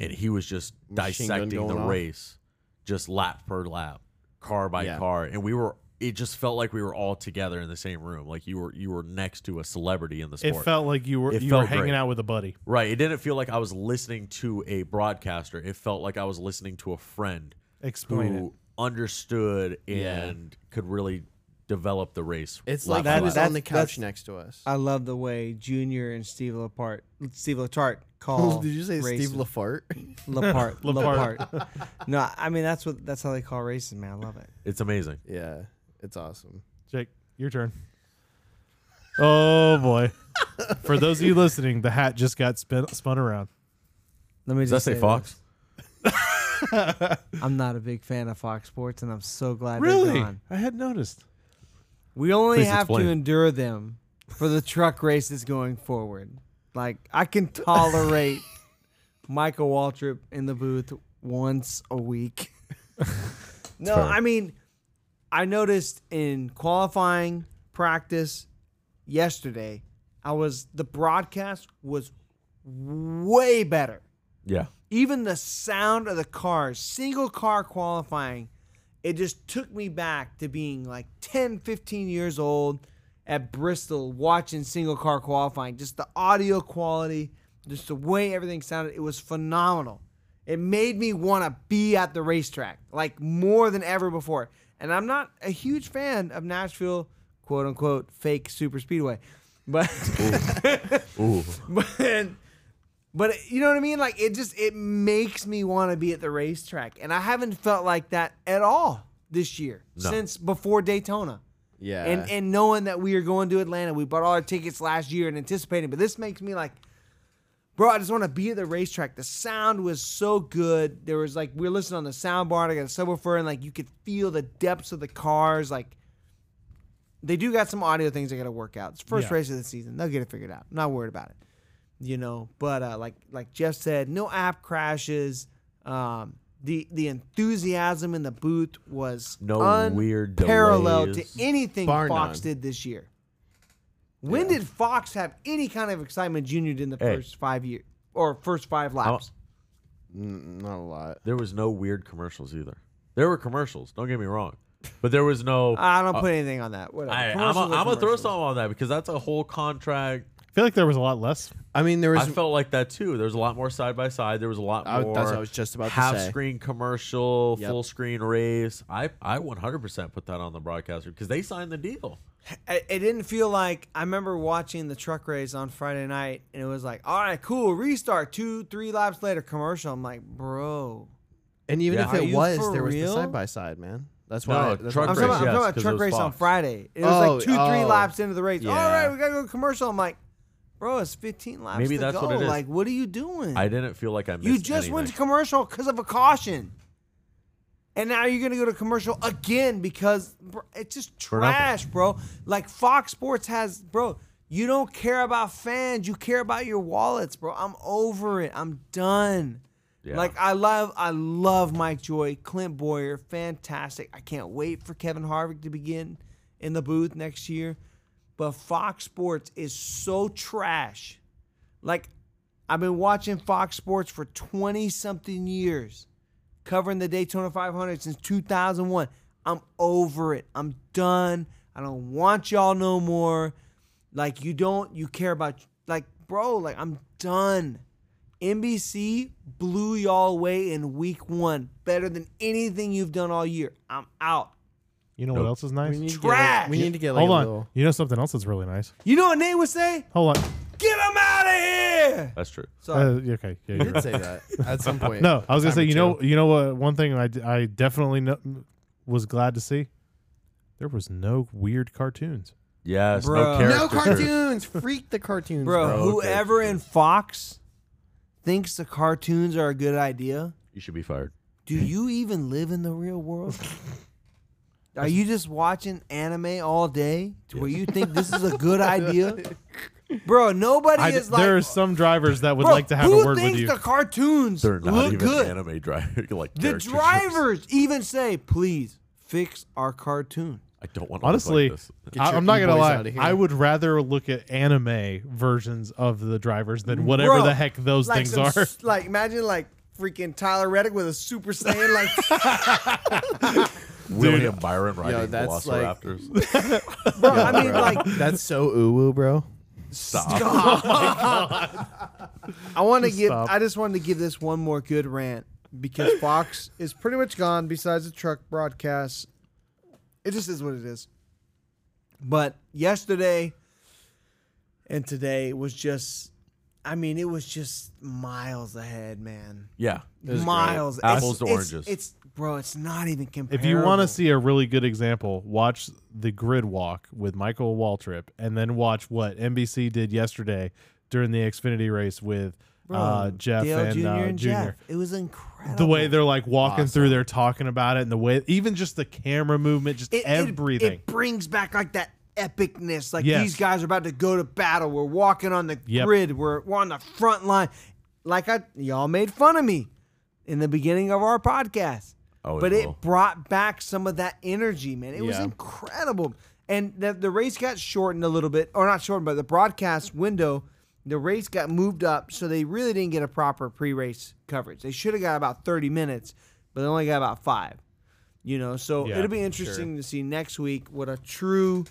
S1: and he was just
S3: Machine gun
S1: dissecting the
S3: going off.
S1: race, just lap per lap, car by
S3: Yeah.
S1: car, and we were. It just felt like we were all together in the same room, like you were you were next to a celebrity in the
S2: it
S1: sport.
S2: felt like you were
S1: It
S2: you were
S1: felt
S2: hanging
S1: great.
S2: out with a buddy.
S1: right. It didn't feel like I was listening to a broadcaster. It felt like I was listening to a friend
S2: Explain it.
S1: who understood and could really develop the race.
S3: It's
S1: lap
S3: like
S1: by
S3: that
S4: that
S3: was
S1: lap.
S4: is-
S3: on the
S4: that's-
S3: couch next to us.
S4: I love the way Junior and Steve Lapart, Steve Latart call.
S3: Did you say
S4: races.
S3: Steve Lafart?
S4: Lapart?
S2: Lapart.
S4: Lapart. no, I mean that's what that's how they call races, man. I love it.
S1: it's amazing.
S3: yeah, it's awesome.
S2: Jake, your turn. Oh boy! For those of you listening, the hat just got spin, spun around.
S4: Let me
S1: Does
S4: just
S1: that say
S4: this.
S1: Fox?
S4: I'm not a big fan of Fox Sports, and I'm so glad they're
S2: really?
S4: gone.
S2: I had noticed.
S4: We only
S1: Please
S4: have
S1: explain.
S4: to endure them for the truck races going forward. Like I can tolerate Michael Waltrip in the booth once a week. no,
S2: fair.
S4: I mean, I noticed in qualifying practice yesterday, I was the broadcast was way better
S1: Yeah.
S4: even the sound of the cars, single car qualifying, it just took me back to being like 10, 15 years old at Bristol watching single car qualifying. Just the audio quality, just the way everything sounded, it was phenomenal. It made me want to be at the racetrack like more than ever before. And I'm not a huge fan of Nashville, quote unquote, fake super speedway. But
S1: Ooh.
S4: but but you know what I mean? Like it just it makes me want to be at the racetrack, and I haven't felt like that at all this year
S1: No.
S4: since before Daytona.
S5: Yeah.
S4: And and knowing that we are going to Atlanta, we bought all our tickets last year and anticipating, but this makes me like, bro, I just want to be at the racetrack. The sound was so good. There was like we were listening on the sound bar. and I got a subwoofer, and like you could feel the depths of the cars. Like they do got some audio things they got to work out. It's the first
S2: Yeah.
S4: race of the season. They'll get it figured out. I'm not worried about it. You know, but uh, like like Jeff said, no app crashes. Um, the the enthusiasm in the booth was
S1: No weird
S4: paralleled
S1: delays.
S4: to anything
S5: Bar
S4: Fox
S5: none.
S4: did this year. When did Fox have any kind of excitement junior did in the
S1: Hey.
S4: first five years or first five laps?
S5: N- not a lot.
S1: There was no weird commercials either. There were commercials. Don't get me wrong, but there was no.
S4: I don't put anything on that. Whatever.
S1: uh, I, I'm
S4: Ah, Commercials are
S1: gonna throw
S4: commercials.
S1: something on that because that's a whole contract.
S2: I feel like there was a lot less.
S5: I mean, there
S1: I
S5: was.
S1: felt like that too. There was a lot more side by side. There was a lot
S5: I- that's
S1: more.
S5: what I was just about to
S1: half
S5: say.
S1: screen commercial,
S5: Yep.
S1: full screen race. I I 100% put that on the broadcaster because they signed the deal.
S4: it, it didn't feel like I remember watching the truck race on Friday night, and it was like, all right, cool, restart. Two, three laps later, commercial. I'm like, bro.
S5: and even
S1: Yeah.
S5: if
S1: Are
S5: it
S4: you
S5: was,
S4: for
S5: there was
S4: real?
S5: the side by side, man. That's
S1: No,
S5: why. that's
S1: truck
S5: why-
S4: I'm
S1: race,
S4: talking, about, I'm
S1: yes,
S4: talking about
S1: 'cause it
S4: truck
S1: was
S4: race on
S1: Fox.
S4: Friday. It was
S5: Oh,
S4: like two, three
S5: oh.
S4: laps into the race. All
S5: Yeah.
S4: right, we gotta go commercial. I'm like, bro, it's 15 laps.
S1: Maybe
S4: to
S1: that's
S4: go.
S1: what it is.
S4: Like, what are you doing?
S1: I didn't feel like I missed
S4: You just went to
S1: anything.
S4: commercial because of a caution. And now you're going to go to commercial again because bro, it's just
S1: nothing.
S4: trash, bro. Like Fox Sports has, bro, you don't care about fans. You care about your wallets, bro. I'm over it. I'm done.
S1: Yeah.
S4: Like I love, I love Mike Joy, Clint Boyer, fantastic. I can't wait for Kevin Harvick to begin in the booth next year. But Fox Sports is so trash. Like I've been watching Fox Sports for 20 something years, covering the Daytona 500 since 2001. I'm over it. I'm done. I don't want y'all no more. Like, you don't, you care about, like, bro, like, I'm done. NBC blew y'all away in week one better than anything you've done all year. I'm out.
S2: You know what else is nice?
S5: We need to get,
S4: Trash.
S5: like- we need to get like
S2: Hold
S5: a
S2: on.
S5: little.
S2: You know something else that's really nice?
S4: You know what Nate would say?
S2: Hold on.
S4: Get him out of here.
S1: That's true.
S4: Sorry.
S2: Uh, yeah, okay. Yeah, you're
S5: I did
S2: right.
S5: say that at some point.
S2: No, I was gonna
S5: Time
S2: say.
S5: or
S2: You
S5: two.
S2: know. You know what? One thing I, d- I definitely no, was glad to see. There was no weird cartoons.
S1: Yes.
S4: Bro.
S1: No
S5: No
S1: character.
S5: cartoons. Freak the cartoons,
S4: bro,
S5: bro.
S4: whoever in Fox thinks the cartoons are a good idea,
S1: You should be fired.
S4: do you even live in the real world? Are you just watching anime all day to where you think this is a good idea? Bro, nobody
S2: I d-
S4: is like
S2: there are some drivers that would
S4: bro,
S2: like to have
S4: who
S2: a word
S4: thinks
S2: with you.
S4: the cartoons
S1: They're not
S4: look
S1: even
S4: good?
S1: anime driver. like
S4: the
S1: character ships.
S4: drivers even say, "Please fix our cartoon."
S1: I don't want to
S2: Honestly,
S1: Like this.
S5: Get
S2: I,
S5: your
S2: I'm not gonna
S5: e-boys
S2: lie.
S5: outta here.
S2: I would rather look at anime versions of the drivers than whatever
S4: Bro,
S2: the heck those
S4: like
S2: things
S4: some
S2: are.
S4: s- like imagine like freaking Tyler Reddick with a Super Saiyan like
S1: William Byron riding
S5: that's like-
S1: Velociraptors.
S4: bro, I mean
S5: Bro,
S4: like
S5: that's so uwu, bro.
S1: Stop.
S4: I want to give.
S2: Oh stop.
S4: I just wanted to give this one more good rant because Fox is pretty much gone. Besides the truck broadcasts, it just is what it is. But yesterday and today was just. I mean, it was just miles ahead, man.
S1: Yeah.
S4: Miles.
S1: great. Apples to oranges.
S4: It's, bro. It's not even
S2: If
S4: comparable.
S2: you want to see a really good example, watch the grid walk with Michael Waltrip and then watch what NBC did yesterday during the Xfinity race with uh, Jeff
S4: Dale
S2: and
S4: Jr.
S2: uh,
S4: and
S2: Jr.
S4: Jeff. It was incredible.
S2: The way they're like walking through, they're talking about it, and the way even just the camera movement, just
S4: It- it-
S2: everything.
S4: It, brings back like that epicness. Like
S2: Yes.
S4: these guys are about to go to battle. We're walking on the
S2: Yep.
S4: grid. We're we're on the front line. Like I y'all made fun of me in the beginning of our podcast.
S1: Oh, it
S4: but it,
S1: will.
S4: brought back some of that energy, man. It was
S2: Yeah.
S4: incredible. And the, the race got shortened a little bit, or not shortened, but the broadcast window, the race got moved up, so they really didn't get a proper pre-race coverage. They should have got about 30 minutes, but they only got about five. You know, so
S2: Yeah,
S4: it'll be interesting to see next week what a true,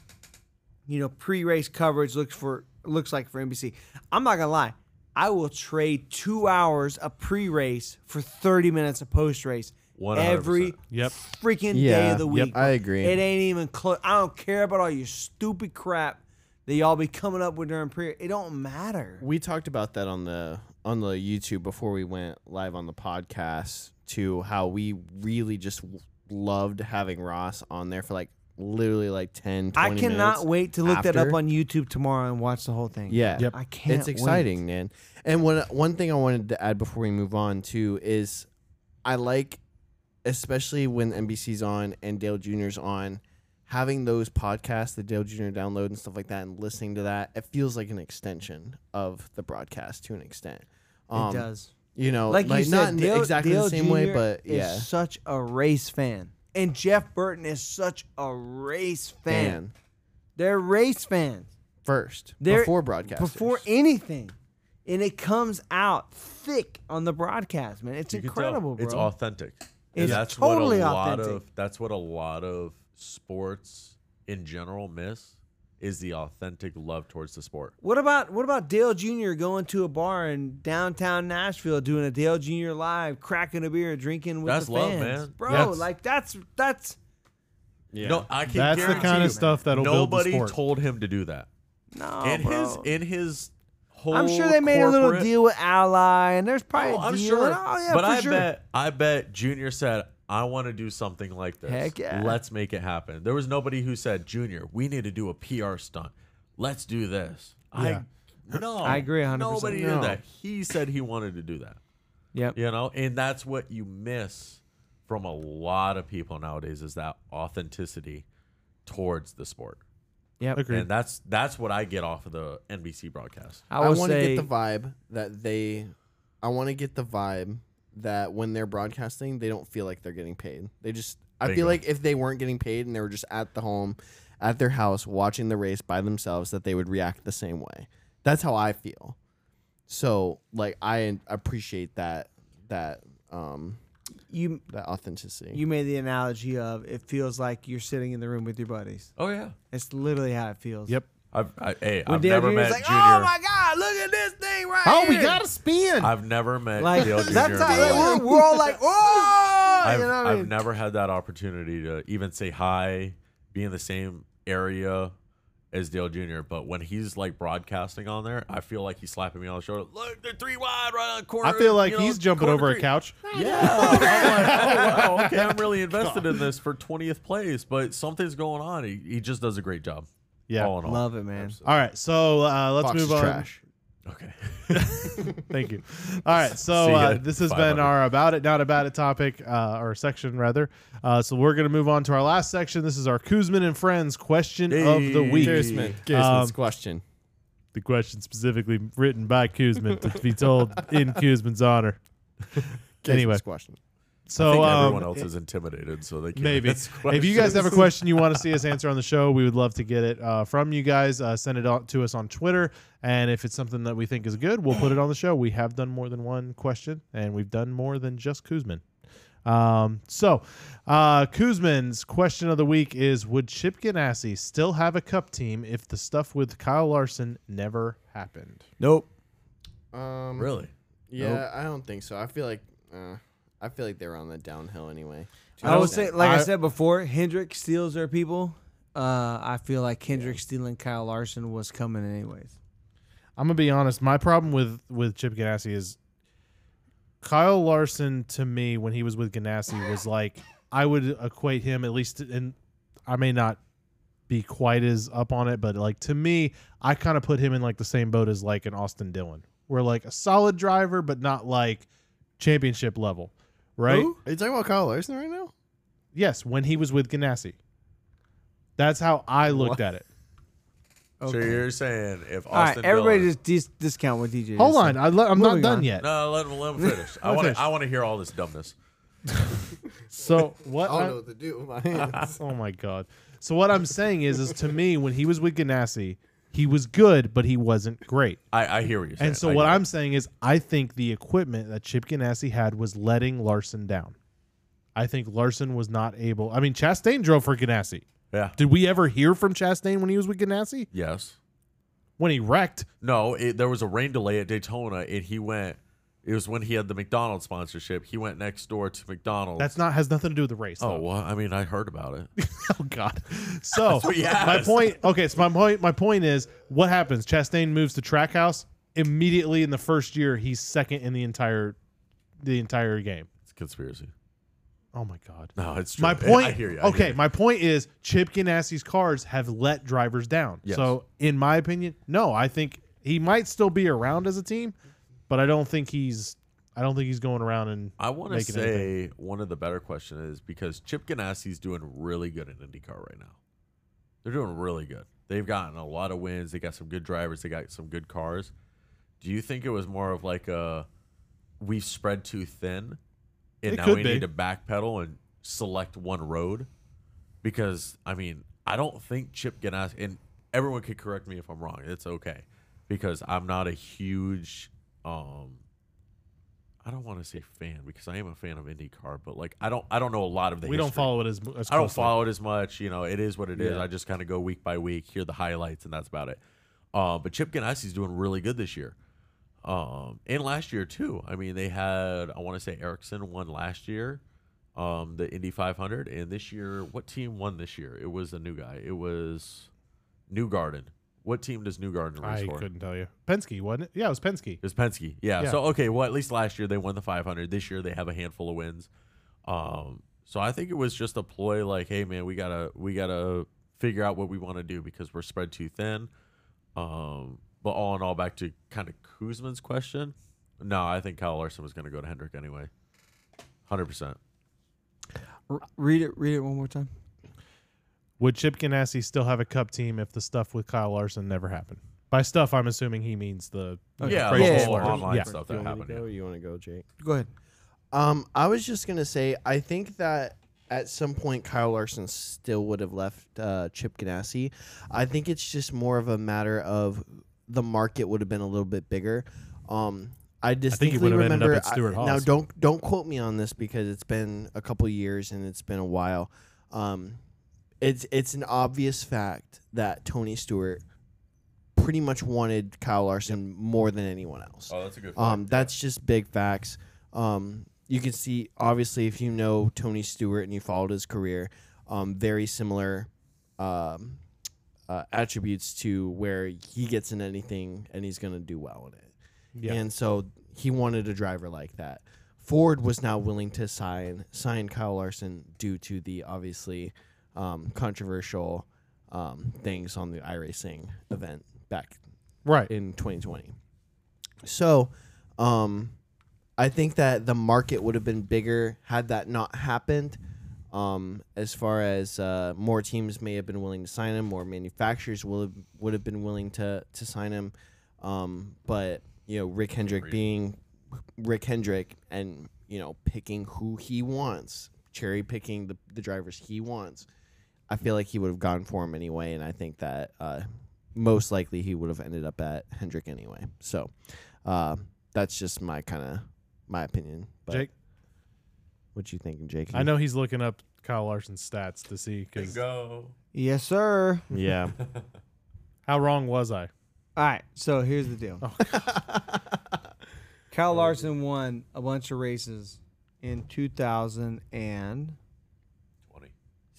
S4: you know, pre-race coverage looks for looks like for NBC. I'm not gonna lie, I will trade two hours of pre-race for 30 minutes of post-race
S1: 100%.
S4: every
S2: Yep.
S4: freaking day
S6: Yeah,
S4: of the
S2: yep,
S4: week.
S6: I agree.
S4: It ain't even close. I don't care about all your stupid crap that y'all be coming up with during pre. It don't matter.
S3: we talked about that on the on the YouTube before we went live on the podcast to how we really just w- loved having Ross on there for like literally like 10
S4: I
S3: 20
S4: cannot
S3: minutes
S4: wait to look that up
S3: after.
S4: on YouTube tomorrow and watch the whole thing.
S3: Yeah.
S2: Yep.
S4: I can't.
S3: it's
S4: wait.
S3: exciting, man. And one one thing I wanted to add before we move on too is I like especially when NBC's on and Dale Jr.'s on having those podcasts that Dale Jr. download and stuff like that and listening to that. It feels like an extension of the broadcast to an extent. Um,
S4: it does.
S3: You know,
S4: Like,
S3: like,
S4: you said,
S3: not in the-
S4: Dale,
S3: exactly
S4: Dale
S3: the same way,
S4: Jr.
S3: but
S4: is
S3: yeah.
S4: such a race fan, and Jeff Burton is such a race fan.
S3: Dan
S4: They're race fans.
S3: first
S4: They're-
S3: before broadcast.
S4: before anything, and it comes out thick on the broadcast, man. It's
S1: You can tell.
S4: incredible, bro.
S1: It's authentic.
S4: It's
S1: and that's
S4: totally
S1: what a lot
S4: authentic.
S1: of that's what a lot of sports in general miss is the authentic love towards the sport.
S4: What about what about Dale Jr. going to a bar in downtown Nashville doing a Dale Jr. live, cracking a beer, drinking with
S1: That's
S4: the
S1: love,
S4: fans,
S1: man.
S4: bro?
S2: That's-
S4: like that's that's
S3: yeah.
S1: No, I can
S2: That's the
S1: guarantee
S2: kind
S1: you,
S2: of stuff that'll
S1: nobody
S2: build the sport.
S1: told him to do that.
S4: no,
S1: in
S4: Oh, bro.
S1: his in his whole
S4: I'm sure they made a little
S1: corporate-
S4: deal with Ally, and there's probably
S1: Oh,
S4: a
S1: I'm
S4: deal.
S1: sure.
S4: and- oh yeah,
S1: but
S4: for
S1: I
S4: sure.
S1: bet I bet Junior said, I want to do something like this.
S4: Heck yeah.
S1: Let's make it happen. There was nobody who said, Junior, we need to do a PR stunt. Let's do this.
S2: Yeah.
S1: I no.
S4: I agree 100%.
S1: Nobody
S4: No.
S1: did that. He said he wanted to do that.
S4: Yep.
S1: You know, and that's what you miss from a lot of people nowadays is that authenticity towards the sport.
S4: Yep.
S2: Agreed.
S1: And that's that's what I get off of the NBC broadcast.
S4: I
S3: I,
S4: will
S3: want to
S4: say
S3: get the vibe that they. I want to get the vibe that when they're broadcasting, they don't feel like they're getting paid. They just. I
S1: Bingo.
S3: feel like if they weren't getting paid and they were just at the home, at their house watching the race by themselves, that they would react the same way. That's how I feel. So like I appreciate that that um
S4: you
S3: that authenticity.
S4: you made the analogy of it feels like you're sitting in the room with your buddies.
S1: Oh yeah.
S4: It's literally how it feels.
S2: Yep.
S1: I've I, hey,
S4: When
S1: I've
S4: Dale
S1: never
S4: Jr.'s
S1: met
S4: like,
S1: Junior.
S4: oh my god, look at this thing right
S3: oh, we
S4: here."
S3: got a spin.
S1: I've never met
S4: Like
S1: Dale Jr.
S4: that's
S1: in
S4: how
S1: my life.
S4: we're, we're all like, oh,
S1: I've,
S4: you know what I
S1: I've
S4: mean?
S1: never had that opportunity to even say hi, be in the same area as Dale Jr. But when he's like broadcasting on there, I feel like he's slapping me on the shoulder. Look, they're three wide right on the corner.
S2: I feel like
S1: you know,
S2: he's jumping
S1: corner
S2: over a
S1: three."
S2: couch.
S1: Yeah. I'm like, oh, wow. Okay, I'm really invested in this for 20th place, but something's going on. He, he just does a great job.
S2: Yeah.
S1: All in all.
S4: Love it, man.
S2: All right, so uh, let's
S3: Fox is
S2: move on.
S3: trash.
S1: Okay.
S2: Thank you. All right. So
S1: See ya
S2: uh,
S1: at
S2: this has been
S1: 500.
S2: our about it, not about it topic uh, or section rather. Uh, so we're going to move on to our last section. This is our Kuzman and friends question of the
S1: Hey.
S2: week. Um,
S3: Kuzman, Kuzman's question.
S2: The question specifically written by Kuzman to be told in Kuzman's honor. anyway,
S3: Kuzman's question.
S1: I
S2: so
S1: think
S2: um,
S1: everyone else is intimidated, so they can't
S2: maybe
S1: ask
S2: if you guys have a
S1: questions.
S2: question you want to see us answer on the show we would love to get it uh, from you guys uh, send it out to us on twitter and if it's something that we think is good we'll put it on the show we have done more than one question and we've done more than just kuzman um, so uh, kuzman's question of the week is would chip ganassi still have a cup team if the stuff with kyle larson never happened
S4: Nope.
S3: Um,
S1: Really?
S3: Yeah, I don't think so. I feel like uh, I feel like they're on the downhill anyway.
S4: I would say, like I,
S2: I-
S4: said before, Hendrick steals their people. Uh, I feel like Hendrick stealing Kyle Larson was coming anyways.
S2: I'm gonna be honest. My problem with with Chip Ganassi is Kyle Larson to me when he was with Ganassi was like I would equate him at least, and I may not be quite as up on it, but like to me, I kind of put him in like the same boat as like an Austin Dillon, were like a solid driver, but not like championship level, right?
S3: Who? Are you talking about Kyle Larson right now?
S2: Yes, when he was with Ganassi. That's how I looked at it.
S1: So you're saying if Austin
S4: All right, everybody
S1: Dillon-
S4: just dis- discount what DJ. just
S2: Hold on,
S4: said.
S2: I le- I'm not
S4: Moving
S2: done
S4: on.
S2: yet.
S1: no, let him, let him finish. I
S2: Let him
S1: want
S2: finish.
S1: to I want to hear all this dumbness.
S2: So what?
S3: I don't
S4: Uh,
S2: I-
S3: know what to do with my hands.
S2: oh my god. So what I'm saying is, is to me when he was with Ganassi, he was good, but he wasn't great.
S1: I, I hear what you're saying.
S2: And so
S1: I
S2: what
S1: get
S2: I'm
S1: it.
S2: saying is, I think the equipment that Chip Ganassi had was letting Larson down. I think Larson was not able. I mean, Chastain drove for Ganassi.
S1: yeah.
S2: Did we ever hear from Chastain when he was with Ganassi?
S1: Yes.
S2: When he wrecked,
S1: No, it, there was a rain delay at Daytona, and he went. It was when he had the McDonald's sponsorship. He went next door to McDonald's.
S2: that's not has nothing to do with the race.
S1: Oh
S2: though.
S1: well, I mean, I heard about it.
S2: Oh God. So
S1: he
S2: my
S1: asked.
S2: point. Okay, so my point. My point is, what happens? Chastain moves to Trackhouse immediately in the first year. He's second in the entire, the entire game.
S1: It's a conspiracy.
S2: Oh my God.
S1: No, it's true.
S2: My
S1: I-
S2: point.
S1: I hear you. I
S2: okay,
S1: hear you.
S2: my point is Chip Ganassi's cars have let drivers down.
S1: Yes.
S2: So in my opinion, no, I think he might still be around as a team, but I don't think he's. I don't think he's going around and.
S1: I want to
S2: making
S1: say
S2: anything.
S1: one of the better questions is because Chip Ganassi's doing really good in IndyCar right now. They're doing really good. They've gotten a lot of wins. They got some good drivers. They got some good cars. Do you think it was more of like a we've spread too thin, and
S2: It
S1: now
S2: could
S1: we
S2: be.
S1: need to backpedal and select one road? Because I mean, I don't think Chip Ganassi and everyone could correct me if I'm wrong. It's okay because I'm not a huge um I don't want to say fan because I am a fan of IndyCar, but like I don't I don't know a lot of the
S2: we don't
S1: history.
S2: follow it as. as
S1: I don't
S2: closely.
S1: follow it as much. You know, it is what it is.
S2: Yeah.
S1: I just kind of go week by week, hear the highlights, and that's about it. Uh, but Chip Ganassi's doing really good this year, um, and last year too. I mean, they had I want to say Erickson won last year, um, the Indy 500, and this year, what team won this year? It was a new guy. It was New Garden. What team does New Garden race
S2: I
S1: for?
S2: couldn't tell you. Penske wasn't it? Yeah, it was Penske.
S1: It was Penske. Yeah.
S2: Yeah.
S1: So okay, well at least last year they won the 500. This year they have a handful of wins. Um, so I think it was just a ploy like, hey man, we gotta we gotta figure out what we want to do because we're spread too thin. Um, but all in all, back to kind of Kuzman's question. No, I think Kyle Larson was gonna go to Hendrick anyway. Hundred percent.
S4: R- read it. Read it one more time.
S2: Would Chip Ganassi still have a cup team if the stuff with Kyle Larson never happened? By stuff, I'm assuming he means the you know,
S1: Yeah,
S2: crazy
S1: the
S4: Yeah,
S1: whole
S2: slurs.
S1: online
S2: Yeah.
S1: stuff that happened. yeah.
S3: you want to go, Jake?
S4: Go ahead.
S3: Um, I was just gonna say, I think that at some point Kyle Larson still would have left uh, Chip Ganassi. I think it's just more of a matter of the market would have been a little bit bigger. Um, I distinctly
S2: would have ended up
S3: remember.
S2: at Stewart
S3: I- now,
S2: Haas.
S3: don't don't quote me on this because it's been a couple years and it's been a while. Um, it's it's an obvious fact that Tony Stewart pretty much wanted Kyle Larson more than anyone else.
S1: Oh, that's a good.
S3: Um, that's just big facts. Um, you can see obviously if you know Tony Stewart and you followed his career, um, very similar um, uh, attributes to where he gets in anything and he's gonna do well in it.
S2: Yeah.
S3: And so he wanted a driver like that. Ford was now willing to sign sign Kyle Larson due to the obviously um, controversial um, things on the iRacing event back
S2: Right.
S3: in 2020. So, um, I think that the market would have been bigger had that not happened. Um, as far as uh, more teams may have been willing to sign him, more manufacturers will have, would have been willing to to sign him. Um, but you know, Rick Hendrick being Rick Hendrick and you know picking who he wants, cherry picking the, the drivers he wants. I feel like he would have gone for him anyway, and I think that uh, most likely he would have ended up at Hendrick anyway. So uh, that's just my kind of my opinion. But
S2: Jake,
S3: what you thinking, Jake?
S2: I know he's looking up Kyle Larson's stats to see because
S1: go.
S4: Yes, sir.
S3: Yeah.
S2: how wrong was I?
S4: All right. So here's the deal. Kyle Larson won a bunch of races in 2017.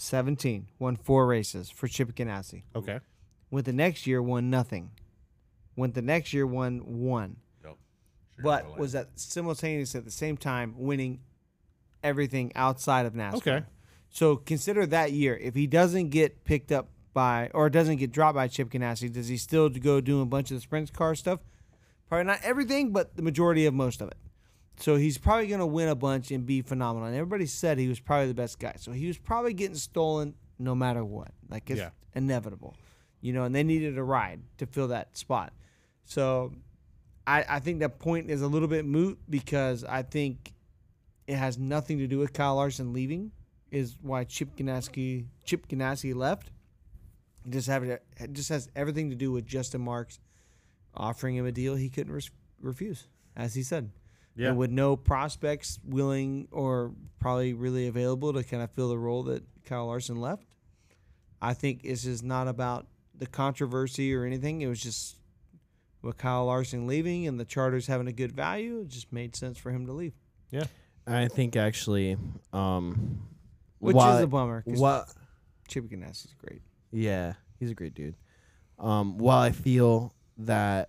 S1: Twenty.
S4: Won four races for Chip Ganassi.
S2: Okay.
S4: Went the next year, won nothing. Went the next year, won one.
S1: Nope. Sure,
S4: but
S1: Rolex.
S4: was that simultaneous at the same time winning everything outside of NASCAR.
S2: Okay.
S4: So consider that year. If he doesn't get picked up by or doesn't get dropped by Chip Ganassi, does he still go do a bunch of the sprint car stuff? Probably not everything, but the majority of most of it. So he's probably going to win a bunch and be phenomenal. And everybody said he was probably the best guy. So he was probably getting stolen no matter what. Like it's
S2: Yeah.
S4: inevitable, you know. And they needed a ride to fill that spot. So I, I think that point is a little bit moot because I think it has nothing to do with Kyle Larson leaving. Is why Chip Ganassi Chip Ganassi left. It just have it just has everything to do with Justin Marks offering him a deal he couldn't res- refuse, as he said.
S2: Yeah.
S4: And with no prospects willing or probably really available to kind of fill the role that Kyle Larson left, I think this is not about the controversy or anything. It was just with Kyle Larson leaving and the Charters having a good value, it just made sense for him to leave,
S3: I think actually, um,
S4: which
S3: while-
S4: is a bummer. 'cause
S3: What?
S4: Chip Ganassi is great.
S3: Yeah, he's a great dude. Um, while I feel that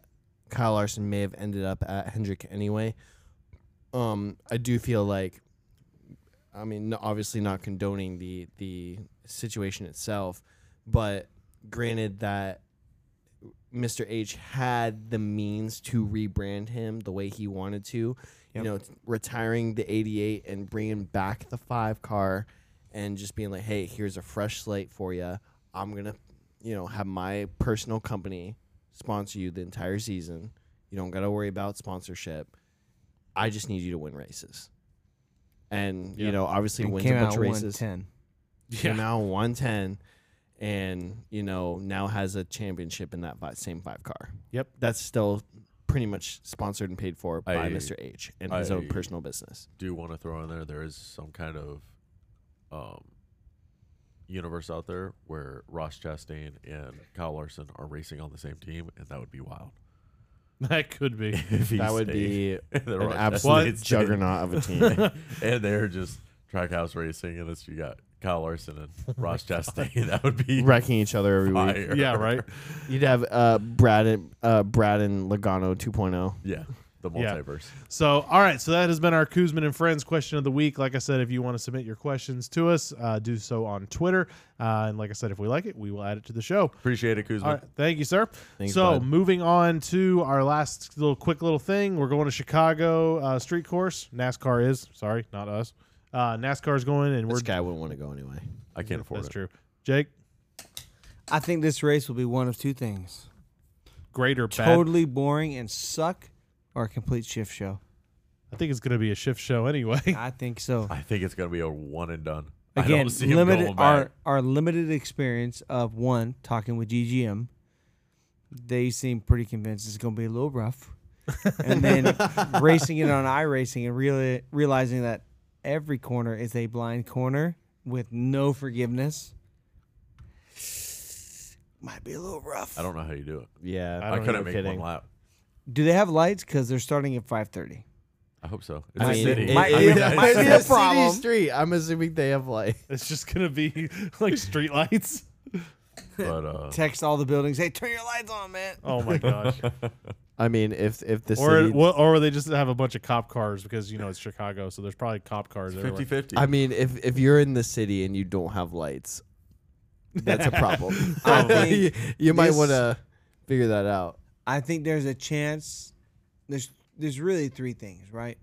S3: Kyle Larson may have ended up at Hendrick anyway, um, I do feel like, I mean, no- obviously not condoning the the situation itself, but granted that Mr. H had the means to rebrand him the way he wanted to, you
S4: Yep.
S3: know, retiring the 88 and bringing back the five car and just being like, hey, here's a fresh slate for you. I'm going to, you know, have my personal company sponsor you the entire season. You don't got to worry about sponsorship. I just need you to win races. And, you
S2: Yeah.
S3: know, obviously wins a bunch of races
S4: ten.
S3: came out 110 and you know now has a championship in that fi- same five car
S2: Yep.
S3: that's still pretty much sponsored and paid for by
S1: I-
S3: mr h and his
S1: I-
S3: own personal business
S1: do want to throw in there there is some kind of um, universe out there where Ross Chastain and Kyle Larson are racing on the same team, and that would be wild.
S2: That could be.
S1: If he
S3: that would
S1: stayed.
S3: be
S1: And then
S3: an
S1: Ross
S3: absolute
S1: Chastain stayed.
S3: juggernaut of a team
S1: and they're just trackhouse racing, and this you got Kyle Larson and
S3: Oh
S1: Ross Chastain. That would be
S3: wrecking each other every week
S1: fire.
S2: Yeah, right?
S3: you'd have uh brad and uh brad and logano oh. 2.0
S1: Yeah, the
S2: Yeah.
S1: multiverse.
S2: So, all right. So that has been our Kuzman and Friends question of the week. Like I said, if you want to submit your questions to us, uh, do so on Twitter. Uh, and like I said, if we like it, we will add it to the show.
S1: Appreciate it, Kuzma.
S2: All right, thank you, sir.
S3: Thanks,
S2: so,
S3: bud.
S2: moving on to our last little quick little thing, we're going to Chicago uh, Street Course. NASCAR is sorry, not us. Uh, NASCAR is going, and we're
S3: this guy wouldn't want to go anyway
S1: I can't afford
S2: that's
S1: it.
S2: true. Jake,
S4: I think this race will be one of two things:
S2: great or bad?
S4: totally boring and suck, or a complete shift show.
S2: I think it's going to be a shift show anyway.
S4: I think so.
S1: I think it's gonna be a one and done. I
S4: Again,
S1: don't see him
S4: limited
S1: going back.
S4: our our limited experience of one talking with GGM. They seem pretty convinced it's going to be a little rough, and then racing it on iRacing and really realizing that every corner is a blind corner with no forgiveness. Might be a little rough.
S1: I don't know how you do it.
S3: yeah
S2: I
S1: I,
S2: don't
S1: couldn't
S2: know,
S1: make
S3: kidding.
S1: one lap.
S4: Do they have lights? Because they're starting at five thirty.
S1: I hope so. It's
S3: I
S1: a
S3: mean,
S1: city.
S3: it-
S1: I
S3: it-
S1: mean,
S3: it
S1: it's-
S4: might be
S3: It's
S4: a problem.
S3: CD3. I'm assuming they have like
S2: It's just going to be like streetlights.
S1: but uh,
S4: Text all the buildings. Hey, turn your lights on, man.
S2: Oh my gosh!
S3: I mean, if if the
S2: or
S3: city,
S2: wha- or they just have a bunch of cop cars because you know it's Chicago, so there's probably cop cars everywhere.
S1: 50 50.
S3: I mean, if if you're in the city and you don't have lights, that's a problem.
S4: I think
S3: you, you might
S4: this-
S3: want to figure that out.
S4: I think there's a chance. There's there's really three things, right?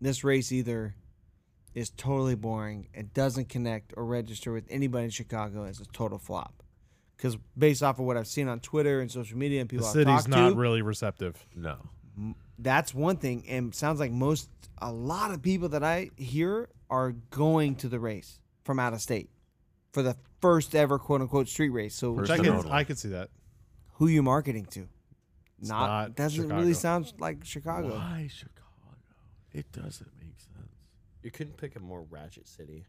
S4: This race either is totally boring and doesn't connect or register with anybody in Chicago as a total flop. Because based off of what I've seen on Twitter and social media and
S2: The
S4: people I've
S2: city's
S4: talked
S2: not
S4: to,
S2: really receptive.
S1: no.
S4: that's one thing. And sounds like most a lot of people that I hear are going to the race from out of state for the first ever quote unquote street race. So
S1: First
S2: Which I
S1: It's
S2: can
S1: phenomenal.
S2: I can see that.
S4: who you marketing to? Not,
S2: not
S4: doesn't
S2: Chicago.
S4: really sound like Chicago.
S1: Why Chicago? It doesn't make sense.
S3: You couldn't pick a more ratchet city.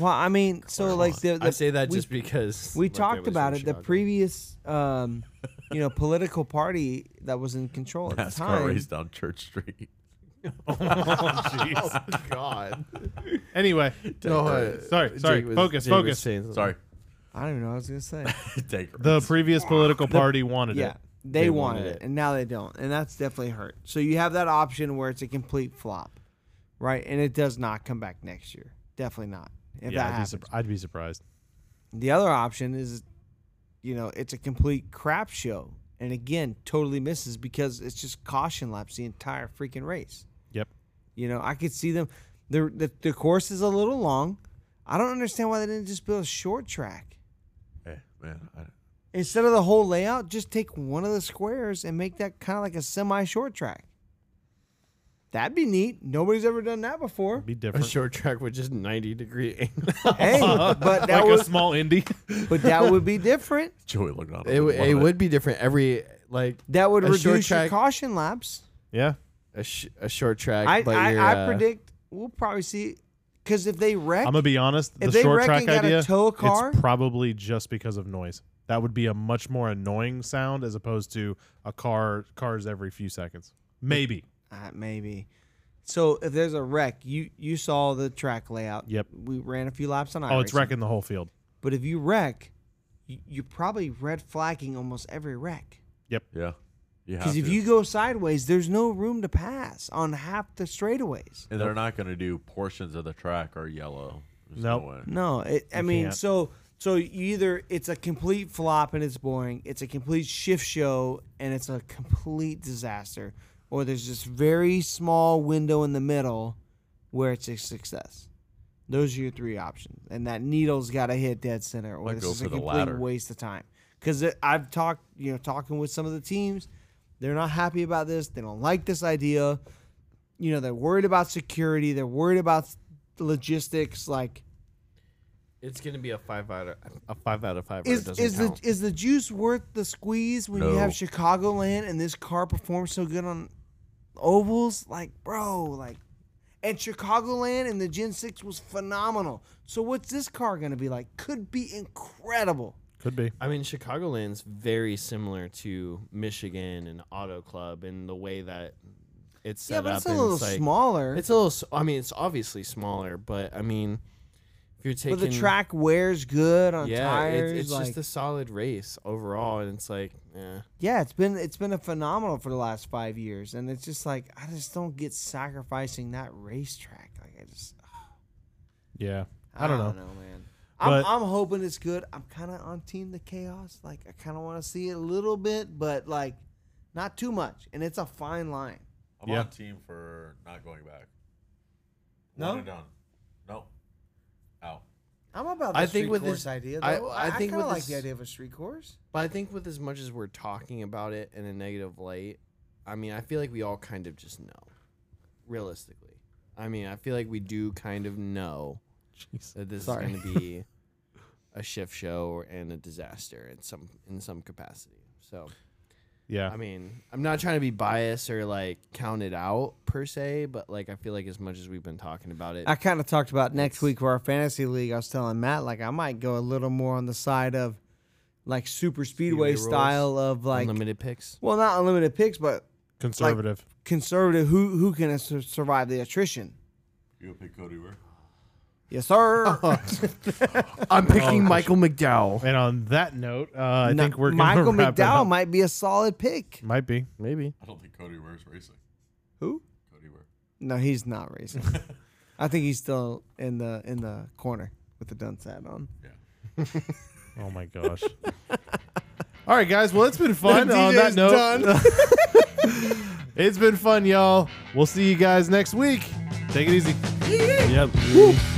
S4: Well, I mean, so like the, the
S3: I say that
S4: we,
S3: just because
S4: we
S3: my
S4: talked
S3: family's
S4: about
S3: from
S4: it. The
S3: Chicago.
S4: previous, um, you know, political party that was in control at the
S1: NASCAR
S4: time.
S1: race down Church Street. Oh,
S2: Jeez.
S3: Oh God.
S2: anyway,
S3: No, uh,
S2: sorry, sorry.
S3: Jake was-
S2: focus,
S3: Jake was
S2: focus.
S3: saying something.
S1: Sorry.
S4: I don't even know what I was gonna say.
S1: Take her.
S2: the previous political party wanted
S4: yeah,
S2: it.
S4: they,
S3: They wanted
S4: wanted it,
S3: it.
S4: and now they don't, and that's definitely hurt. So you have that option where it's a complete flop, right? And it does not come back next year. Definitely not. If
S2: yeah,
S4: that
S2: I'd be,
S4: happens,
S2: surp- I'd be surprised.
S4: The other option is, you know, it's a complete crap show and again totally misses because it's just caution laps the entire freaking race.
S2: Yep.
S4: You know, I could see them. The, the the course is a little long. I don't understand why they didn't just build a short track
S1: Hey, man, I,
S4: instead of the whole layout. Just take one of the squares and make that kind of like a semi short track. That'd be neat. Nobody's ever done that before.
S2: Be
S3: A
S2: different.
S3: short track with just 90 degree angle.
S4: hey, but that
S2: like
S4: would
S2: a small indie.
S4: but that would be different.
S1: Joey looked on
S3: it w- it would be different every, like,
S4: That would
S3: A short
S4: reduce your
S3: track-
S4: caution laps.
S2: yeah.
S3: a, sh- a short track.
S4: I
S3: but
S4: I,
S3: you're,
S4: I
S3: uh,
S4: predict we'll probably see because if they wreck,
S2: I'm gonna be honest. The
S4: If they
S2: short
S4: wreck
S2: track
S4: and gotta
S2: idea,
S4: tow a car-
S2: it's probably just because of noise. That would be a much more annoying sound as opposed to a car cars every few seconds. Maybe.
S4: Uh, maybe. So if there's a wreck, you you saw the track layout.
S2: Yep.
S4: We ran a few laps on.
S2: Oh, it's
S4: iRacing.
S2: wrecking the whole field.
S4: But if you wreck, you, you're probably red flagging almost every wreck.
S1: Yeah.
S4: Because if you go sideways, there's no room to pass on half the straighways.
S1: and they're not going to do portions of the track are yellow. There's
S2: Nope.
S1: no way.
S4: No, it, I
S2: You
S4: mean,
S2: can't.
S4: so so you either it's a complete flop and it's boring, it's a complete shift show and it's a complete disaster, or there's this very small window in the middle where it's a success. Those are your three options, and that needle's got to hit dead center, or
S1: Might
S4: this
S1: go
S4: is a
S1: for the
S4: complete
S1: latter.
S4: waste of time. Because I've talked, you know, talking with some of the teams, they're not happy about this. They don't like this idea. You know, they're worried about security. They're worried about logistics. Like,
S3: It's going to be a five out of a five out of five. Or it
S4: is
S3: doesn't
S4: is
S3: count.
S4: the is the juice worth the squeeze when you have
S1: No.
S4: Chicagoland and this car performs so good on ovals? Like, bro, like, and Chicagoland and the Gen Six was phenomenal. So what's this car gonna be like? Could be incredible.
S2: Could be.
S3: I mean, Chicagoland's very similar to Michigan and Auto Club in the way that it's set
S4: yeah, but
S3: up.
S4: it's a
S3: and
S4: little
S3: like-
S4: smaller.
S3: It's a little. s- I mean, it's obviously smaller, but I mean, if you're taking
S4: but the track wears good on
S3: yeah, it-
S4: tires.
S3: it's
S4: like,
S3: just a solid race overall, and it's like, yeah,
S4: yeah, it's been it's been a phenomenal for the last five years, and it's just like I just don't get sacrificing that racetrack. Like I just.
S2: Yeah. I don't know.
S4: man.
S2: But-
S4: I'm, I'm hoping it's good. I'm kind of on team the chaos. Like I kind of want to see it a little bit, but like not too much. And it's a fine line.
S1: I'm
S2: Yeah.
S1: on team for not going back.
S4: No?
S1: One and done. No. Out.
S4: I'm about the
S3: I
S4: street
S3: think with
S4: course
S3: this-
S4: idea. Though.
S3: I-
S4: I,
S3: I think
S4: kind
S3: with
S4: of like the
S3: this-
S4: idea of a street course.
S3: But I think with as much as we're talking about it in a negative light, I mean, I feel like we all kind of just know, realistically. I mean, I feel like we do kind of know that this
S4: Sorry.
S3: is going to be a shift show or- and a disaster in some in some capacity. So,
S2: Yeah.
S3: I mean, I'm not trying to be biased or like count it out per se, but like I feel like as much as we've been talking about it,
S4: I kind of talked about next week for our fantasy league. I was telling Matt like I might go a little more on the side of like super speedway
S3: rules,
S4: style of like
S3: unlimited picks.
S4: well not unlimited picks but
S2: Conservative.
S4: conservative who who can su- survive the attrition.
S1: You pick Cody Ware.
S4: Yes sir.
S3: I'm picking Michael McDowell.
S2: and on that note, uh, I
S4: No,
S2: think we're gonna
S4: Michael
S2: wrap it
S4: McDowell
S2: up.
S4: might be a solid pick.
S2: Might be.
S3: Maybe.
S1: I don't think Cody Ware's racing.
S4: Who?
S1: Cody Ware.
S4: No, he's not racist. I think he's still in the in the corner with the dunce hat on.
S2: Oh my gosh. All right, guys. Well, it's been fun. on that
S3: DJ's
S2: note,
S3: done.
S2: it's been fun, y'all. We'll see you guys next week. Take it easy. Yep.